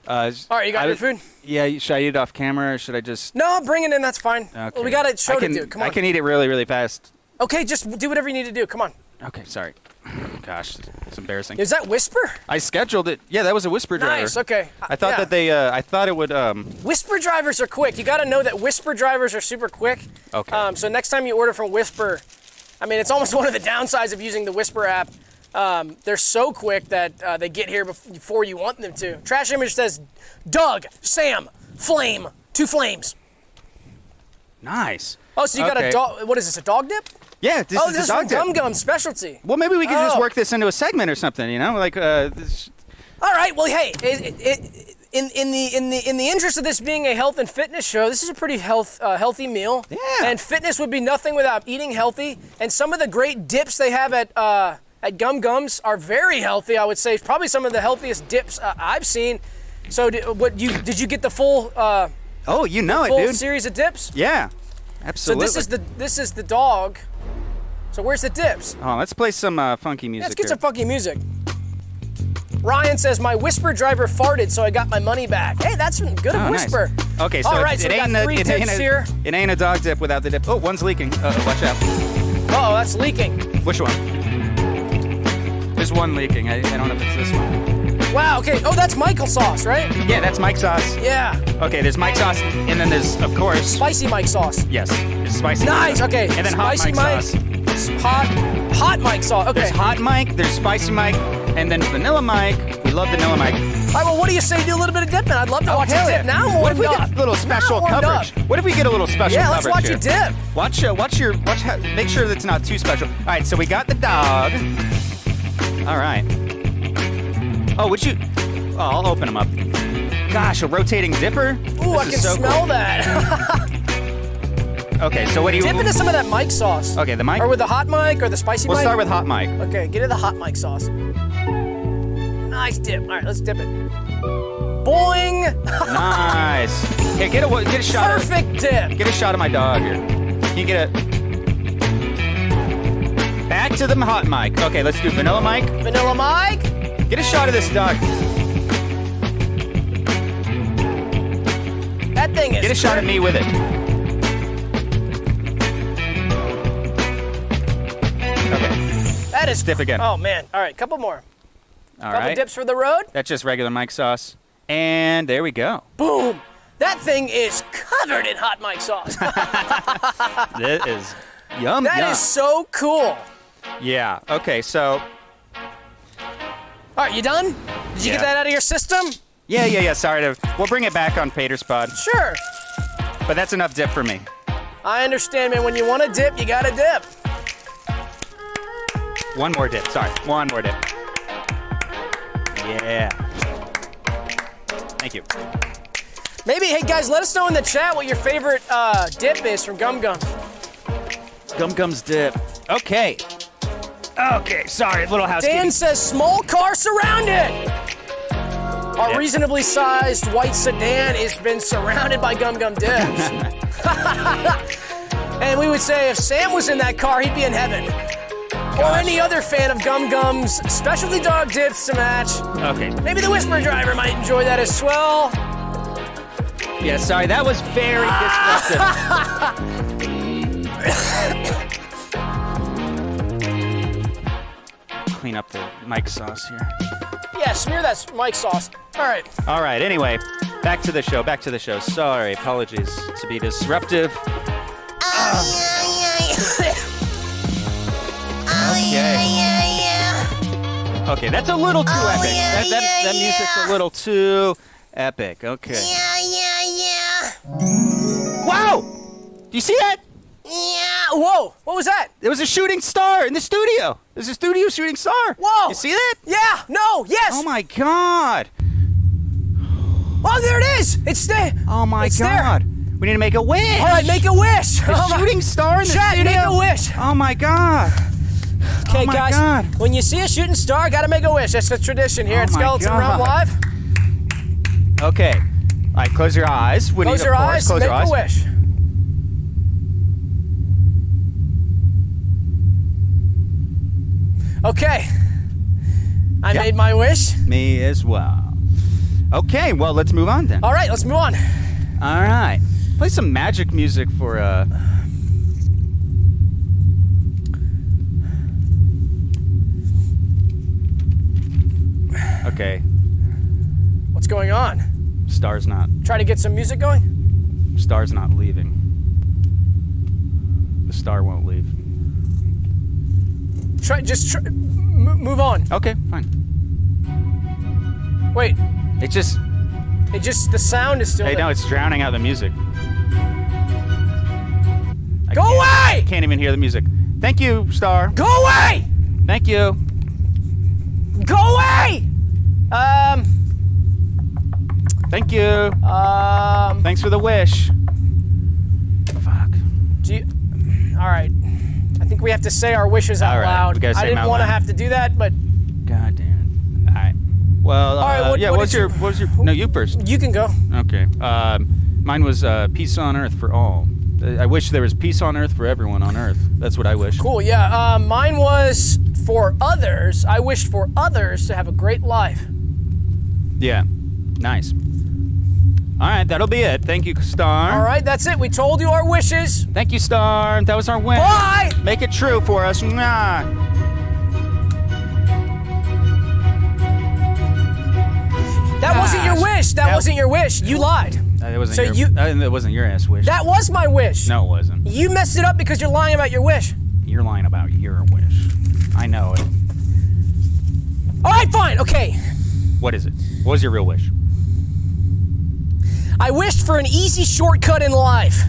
Speaker 1: Uh, s-
Speaker 2: All right, you got
Speaker 1: I
Speaker 2: your
Speaker 1: was-
Speaker 2: food?
Speaker 1: Yeah, you- should I eat it off camera or should I just?
Speaker 2: No, bring it in. That's fine.
Speaker 1: Okay.
Speaker 2: We got a show
Speaker 1: I can,
Speaker 2: to do. Come on.
Speaker 1: I can e- eat it really, really fast.
Speaker 2: Okay, just do whatever you need to do. Come on.
Speaker 1: Okay, sorry. *sighs* Gosh, it's embarrassing.
Speaker 2: Is that Whisper?
Speaker 1: I scheduled it. Yeah, that was a whisper driver.
Speaker 2: Nice. Okay.
Speaker 1: I thought
Speaker 2: Yeah.
Speaker 1: that they. Uh, I thought it would. Um.
Speaker 2: Whisper drivers are quick. You got to know that Whisper drivers are super quick.
Speaker 1: Okay.
Speaker 2: Um, so next time you order from Whisper, I mean, it's almost *laughs* one of the downsides of using the Whisper app. Um, they're so quick that uh, they get here bef- before you want them to. Trash Image says, Doug, Sam, Flame, two flames.
Speaker 1: Nice.
Speaker 2: Oh, so you got
Speaker 1: Okay.
Speaker 2: a dog. What is this, a dog dip?
Speaker 1: Yeah, this
Speaker 2: oh, this
Speaker 1: is the
Speaker 2: is
Speaker 1: dog
Speaker 2: for
Speaker 1: tip.
Speaker 2: Gum Gum specialty.
Speaker 1: Well, maybe we could just
Speaker 2: Oh.
Speaker 1: work this into a segment or something. You know, like uh, this,
Speaker 2: All right. Well, hey, it, it, it, in in the in the in the interest of this being a health and fitness show, this is a pretty health uh, healthy meal.
Speaker 1: Yeah.
Speaker 2: And fitness would be nothing without eating healthy. And some of the great dips they have at uh, at Gum Gums are very healthy. I would say probably some of the healthiest dips uh, I've seen. So, did, what you did you get the full uh,
Speaker 1: oh, you know it,
Speaker 2: full
Speaker 1: dude.
Speaker 2: series of dips?
Speaker 1: yeah,
Speaker 2: So
Speaker 1: absolutely.
Speaker 2: this is the this is the dog. So where's the dips?
Speaker 1: Oh, let's play some uh, funky music.
Speaker 2: Let's get
Speaker 1: here.
Speaker 2: some funky music. Ryan says my whisper driver farted, so I got my money back. Hey, that's good
Speaker 1: Oh,
Speaker 2: of
Speaker 1: nice.
Speaker 2: whisper.
Speaker 1: Okay, so
Speaker 2: all right,
Speaker 1: it,
Speaker 2: so
Speaker 1: it
Speaker 2: we
Speaker 1: ain't
Speaker 2: got
Speaker 1: a,
Speaker 2: three
Speaker 1: it ain't
Speaker 2: tips
Speaker 1: a-
Speaker 2: here.
Speaker 1: it ain't a dog dip without the dip. Oh, one's leaking. Uh, watch out.
Speaker 2: Oh, that's leaking.
Speaker 1: Which one? There's one leaking. I, I don't know if it's this one.
Speaker 2: Wow. Okay. Oh, that's Michael sauce, right?
Speaker 1: Yeah, that's Mike sauce.
Speaker 2: Yeah,
Speaker 1: Okay, there's Mike sauce, and then there's of course
Speaker 2: spicy Mike sauce.
Speaker 1: yes, there's spicy.
Speaker 2: Nice. Okay.
Speaker 1: And then hot
Speaker 2: spicy
Speaker 1: Mike, sauce.
Speaker 2: Hot, hot Mike sauce. Okay.
Speaker 1: There's hot Mike, there's spicy Mike, and then vanilla Mike. We love vanilla Mike.
Speaker 2: All right. Well, what do you say? Do a little bit of dipping. I'd love to watch
Speaker 1: Oh, hell
Speaker 2: Oh, you
Speaker 1: yeah.
Speaker 2: dip. Now I'm
Speaker 1: What if we
Speaker 2: warmed
Speaker 1: get
Speaker 2: up.
Speaker 1: a little
Speaker 2: Now I'm
Speaker 1: special
Speaker 2: warmed up.
Speaker 1: coverage? What if we get a little special
Speaker 2: Yeah, let's
Speaker 1: coverage
Speaker 2: watch
Speaker 1: here?
Speaker 2: you dip.
Speaker 1: Watch, uh, watch your, watch. How, make sure that's not too special. All right, so we got the dog. All right. Oh, would you? Oh, I'll open them up. Gosh, a rotating dipper.
Speaker 2: Ooh, I can
Speaker 1: This is so
Speaker 2: smell
Speaker 1: cool. *laughs*
Speaker 2: that.
Speaker 1: Okay, so what do you?
Speaker 2: dip into some of that Mike sauce.
Speaker 1: Okay, the mic.
Speaker 2: Or with the hot mic or the spicy
Speaker 1: we'll
Speaker 2: mic.
Speaker 1: start with hot mic.
Speaker 2: Okay, get in the hot mic sauce. Nice dip. All right, let's dip it. Boing!
Speaker 1: Nice. Here, get a get a shot. Of,
Speaker 2: Perfect dip.
Speaker 1: get a shot of my dog here. Can you get a? Back to the hot mic. Okay, let's do vanilla mic.
Speaker 2: Vanilla Mike.
Speaker 1: Get a shot of this dog.
Speaker 2: That thing is.
Speaker 1: Get a shot at me with it. Okay.
Speaker 2: That is
Speaker 1: Dip again.
Speaker 2: Oh man! All right, couple more.
Speaker 1: All
Speaker 2: couple
Speaker 1: right.
Speaker 2: dips for the road.
Speaker 1: That's just regular mic sauce. And there we go.
Speaker 2: Boom! That thing is covered in hot mic
Speaker 1: *laughs*
Speaker 2: sauce. That
Speaker 1: That is yum.
Speaker 2: is
Speaker 1: yum.
Speaker 2: so cool.
Speaker 1: Yeah. Okay. So.
Speaker 2: All right, you done? Did you
Speaker 1: Yeah.
Speaker 2: get that out of your system?
Speaker 1: Yeah, yeah, yeah. Sorry to. We'll bring it back on Pater's Pod,
Speaker 2: Sure.
Speaker 1: but that's enough dip for me.
Speaker 2: I understand, man. When you want to dip, you gotta dip.
Speaker 1: One more dip. Sorry. One more dip. Yeah. Thank you.
Speaker 2: Maybe, hey guys, let us know in the chat what your favorite uh, dip is from Gum Gum.
Speaker 1: Gum Gum's dip. Okay. Okay. Sorry. Little housekeeping.
Speaker 2: Dan says small car surrounded. Our reasonably sized white sedan has been surrounded by gum gum dips. *laughs* and we would say if Sam was in that car, he'd be in heaven. Or any other fan of Gum Gum's specialty dog dips to match.
Speaker 1: Okay.
Speaker 2: Maybe the Whisper Driver might enjoy that as well.
Speaker 1: Yeah, sorry, that was very disruptive. Clean up the mic sauce here.
Speaker 2: Yeah, smear that Mike sauce. All right.
Speaker 1: All right, anyway, back to the show, back to the show. Sorry, apologies to be disruptive.
Speaker 7: Oh,
Speaker 1: Okay. Okay, that's a little too epic. that, that, that music's a little too epic. Okay.
Speaker 7: Yeah, yeah, yeah.
Speaker 1: Wow! Do you see that?
Speaker 7: Yeah.
Speaker 2: Whoa, what was that?
Speaker 1: There was a shooting star in the studio. There's a studio shooting star.
Speaker 2: Whoa.
Speaker 1: You see that?
Speaker 2: Yeah, no, yes.
Speaker 1: Oh my god!
Speaker 2: Oh, there it is. It's there.
Speaker 1: Oh my
Speaker 2: It's there.
Speaker 1: god! We need to make a wish.
Speaker 2: All right, make a wish. *laughs*
Speaker 1: a
Speaker 2: Oh my-
Speaker 1: shooting star in the
Speaker 2: Chat,
Speaker 1: studio.
Speaker 2: make a wish.
Speaker 1: Oh my god!
Speaker 2: Okay,
Speaker 1: my
Speaker 2: guys.
Speaker 1: God.
Speaker 2: When you see a shooting star, gotta make a wish. That's the tradition here
Speaker 1: Oh
Speaker 2: at
Speaker 1: my
Speaker 2: Skeleton
Speaker 1: God.
Speaker 2: Realm Live.
Speaker 1: Okay. All right, close your eyes. We need,
Speaker 2: Close
Speaker 1: of
Speaker 2: your
Speaker 1: course,
Speaker 2: eyes.
Speaker 1: Close
Speaker 2: make
Speaker 1: your eyes.
Speaker 2: a wish. Okay. I
Speaker 1: Yeah.
Speaker 2: made my wish.
Speaker 1: Me as well. Okay, well let's move on then.
Speaker 2: All right, let's move on.
Speaker 1: All right. Play some magic music for uh. Okay,
Speaker 2: What's going on?
Speaker 1: star's not
Speaker 2: Try to get some music going.
Speaker 1: star's not leaving. The star won't leave.
Speaker 2: Try just tr m- move on.
Speaker 1: Okay, fine.
Speaker 2: Wait,
Speaker 1: It just
Speaker 2: it just the sound is still.
Speaker 1: Hey,
Speaker 2: there.
Speaker 1: no, it's drowning out the music. I
Speaker 2: Go
Speaker 1: can't-
Speaker 2: away!
Speaker 1: Can't even hear the music. Thank you, Star.
Speaker 2: Go away!
Speaker 1: Thank you.
Speaker 2: Go away! Um,
Speaker 1: Thank you.
Speaker 2: um,
Speaker 1: Thanks for the wish. Fuck.
Speaker 2: do you, all right. I think we have to say our wishes out
Speaker 1: All right,
Speaker 2: loud.
Speaker 1: we gotta say
Speaker 2: I
Speaker 1: 'em
Speaker 2: didn't
Speaker 1: out
Speaker 2: want to
Speaker 1: loud.
Speaker 2: have to do that, but
Speaker 1: God damn it. All right. Well,
Speaker 2: All right,
Speaker 1: uh,
Speaker 2: what-
Speaker 1: yeah,
Speaker 2: what
Speaker 1: what's
Speaker 2: did
Speaker 1: your,
Speaker 2: you-
Speaker 1: what was your, no, you first.
Speaker 2: you can go.
Speaker 1: Okay. Um, mine was uh, peace on earth for all. Uh, I wish there was peace on earth for everyone on earth. That's what I wish.
Speaker 2: Cool, yeah. Uh, mine was for others. I wished for others to have a great life.
Speaker 1: Yeah. Nice. All right, that'll be it. Thank you, Star.
Speaker 2: All right, that's it. We told you our wishes.
Speaker 1: Thank you, Star. That was our win.
Speaker 2: Bye!
Speaker 1: Make it true for us. Mwah.
Speaker 2: That wasn't your
Speaker 1: Gosh.
Speaker 2: wish. That,
Speaker 1: That-
Speaker 2: wasn't your wish. You lied.
Speaker 1: That wasn't
Speaker 2: So
Speaker 1: your,
Speaker 2: you-
Speaker 1: that, that wasn't your ass wish.
Speaker 2: That was my wish.
Speaker 1: no, it wasn't.
Speaker 2: You messed it up because you're lying about your wish.
Speaker 1: You're lying about your wish. I know it.
Speaker 2: All right, fine. Okay.
Speaker 1: What is it? What was your real wish?
Speaker 2: I wished for an easy shortcut in life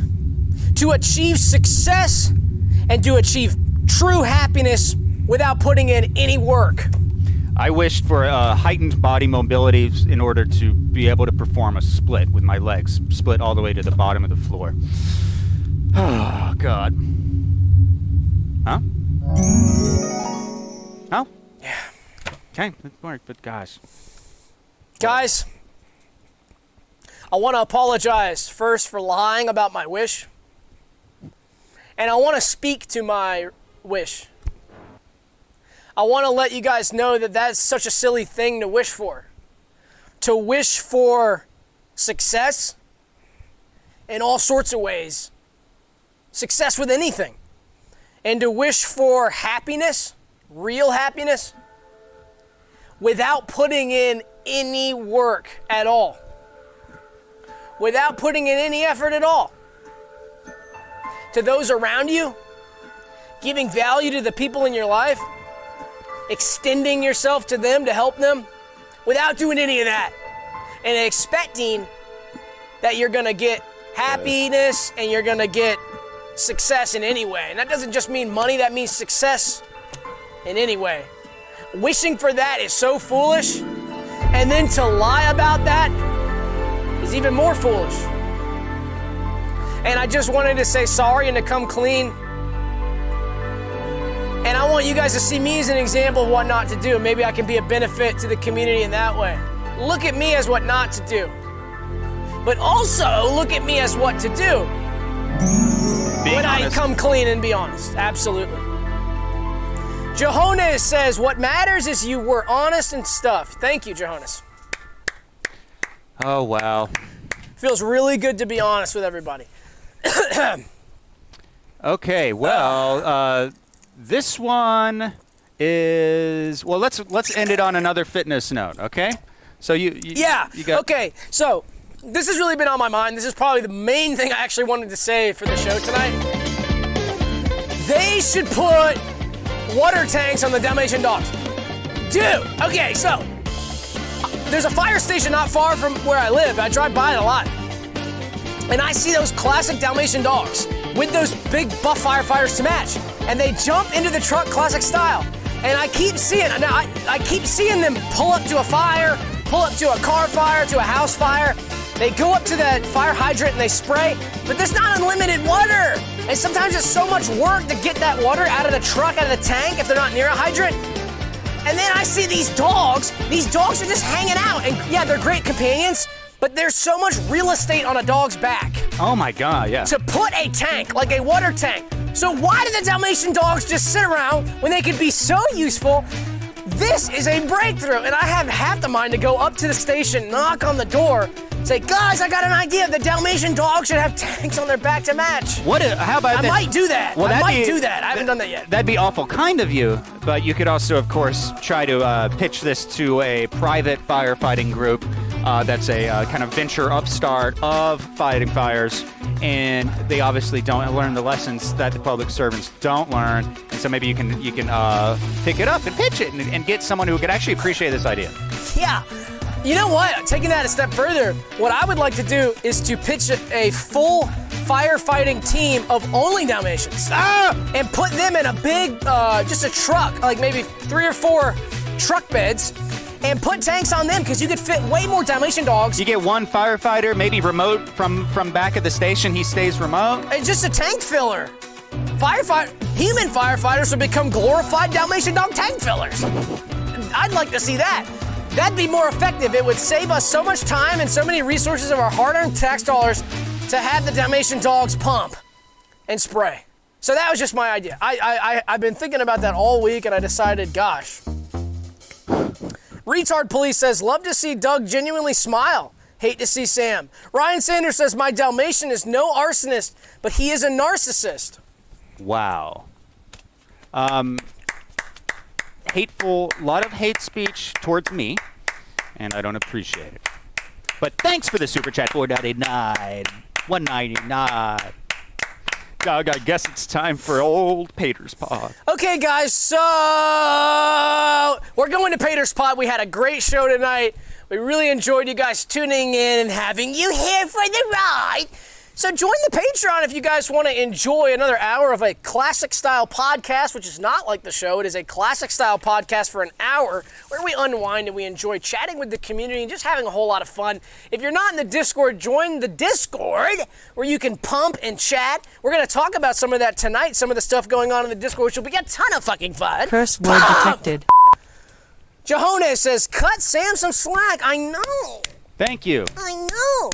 Speaker 2: to achieve success and to achieve true happiness without putting in any work.
Speaker 1: I wished for uh, heightened body mobility s- in order to be able to perform a split with my legs, split all the way to the bottom of the floor. *sighs* Oh God. Huh? Oh. Yeah. Okay, it worked, but gosh.
Speaker 2: Guys, I want to apologize first for lying about my wish. And I want to speak to my wish. I want to let you guys know that that's such a silly thing to wish for. To wish for success in all sorts of ways, success with anything. And to wish for happiness, real happiness, without putting in any work at all, without putting in any effort at all. To those around you, giving value to the people in your life, extending yourself to them to help them without doing any of that, and expecting that you're gonna get happiness and you're gonna get success in any way. And that doesn't just mean money, that means success in any way wishing for that is so foolish, and then to lie about that is even more foolish. And I just wanted to say sorry and to come clean. And I want you guys to see me as an example of what not to do. Maybe I can be a benefit to the community in that way. Look at me as what not to do. But also look at me as what to do
Speaker 1: Being
Speaker 2: when
Speaker 1: honest-
Speaker 2: I come clean and be honest. Absolutely. Johannes says, What matters is you were honest and stuff. Thank you, Johannes.
Speaker 1: Oh wow.
Speaker 2: Feels really good to be honest with everybody.
Speaker 1: Okay, well, uh, this one is well. Let's let's end it on another fitness note, okay? So you, you
Speaker 2: Yeah.
Speaker 1: you got
Speaker 2: okay. So, this has really been on my mind. This is probably the main thing I actually wanted to say for the show tonight. They should put water tanks on the Dalmatian dogs. Dude, okay, so there's a fire station not far from where I live. I drive by it a lot. And I see those classic Dalmatian dogs with those big buff firefighters to match. And they jump into the truck classic style. And I keep seeing now I, I keep seeing them pull up to a fire, pull up to a car fire, to a house fire. They go up to the fire hydrant and they spray, but there's not unlimited water. And sometimes it's so much work to get that water out of the truck, out of the tank if they're not near a hydrant. And then I see these dogs. These dogs are just hanging out. And yeah, they're great companions, but there's so much real estate on a dog's back
Speaker 1: Oh my God, yeah.
Speaker 2: to put a tank, like a water tank. So why do the Dalmatian dogs just sit around when they could be so useful? This is a breakthrough, and I have half the mind to go up to the station, knock on the door, say, guys, I got an idea. The Dalmatian dogs should have *laughs* tanks on their back to match.
Speaker 1: what? If, how about
Speaker 2: I
Speaker 1: this?
Speaker 2: might do that.
Speaker 1: Well,
Speaker 2: I
Speaker 1: that'd
Speaker 2: might
Speaker 1: be-
Speaker 2: do that. I haven't done that yet.
Speaker 1: That'd be awful kind of you, but you could also, of course, try to uh, pitch this to a private firefighting group uh, that's a uh, kind of venture upstart of fighting fires, and they obviously don't learn the lessons that the public servants don't learn, and so maybe you can you can uh, pick it up and pitch it and, and get someone who could actually appreciate this idea.
Speaker 2: Yeah. You know what? Taking that a step further, what I would like to do is to pitch a, a full firefighting team of only Dalmatians and put them in a big, uh, just a truck, like maybe three or four truck beds, and put tanks on them because you could fit way more Dalmatian dogs.
Speaker 1: You get one firefighter, maybe remote from from back at the station. He stays remote.
Speaker 2: It's just a tank filler. Firefighter, human firefighters would become glorified Dalmatian dog tank fillers. I'd like to see that. That'd be more effective. It would save us so much time and so many resources of our hard-earned tax dollars to have the Dalmatian dogs pump and spray. So that was just my idea. I, I, I I've been thinking about that all week, and I decided, gosh. Retard Police says, love to see Doug genuinely smile. Hate to see Sam. Ryan Sanders says, my Dalmatian is no arsonist, but he is a narcissist.
Speaker 1: Wow. Um, hateful, lot of hate speech towards me, and I don't appreciate it. But thanks for the super chat, 499, 199. Doug, I guess it's time for old Pater's Pod.
Speaker 2: Okay, guys, so we're going to Pater's Pod. We had a great show tonight. We really enjoyed you guys tuning in and having you here for the ride. So join the Patreon if you guys want to enjoy another hour of a classic style podcast, which is not like the show. It is a classic style podcast for an hour where we unwind and we enjoy chatting with the community and just having a whole lot of fun. If you're not in the Discord, join the Discord where you can pump and chat. We're going to talk about some of that tonight, some of the stuff going on in the Discord, which will be a ton of fucking fun.
Speaker 3: Curse word detected.
Speaker 2: Johannes says, cut Sam some slack. I know.
Speaker 1: Thank you.
Speaker 7: I know.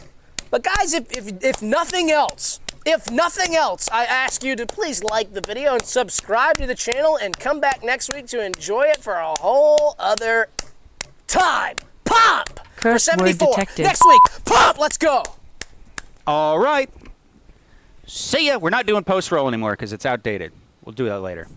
Speaker 2: But guys, if, if, if nothing else, if nothing else, I ask you to please like the video and subscribe to the channel and come back next week to enjoy it for a whole other time. Pump!
Speaker 3: Curse
Speaker 2: for
Speaker 3: word
Speaker 2: 74.
Speaker 3: detected.
Speaker 2: Next week, pump! Let's go!
Speaker 1: All right. See ya. We're not doing post roll anymore because it's outdated. We'll do that later.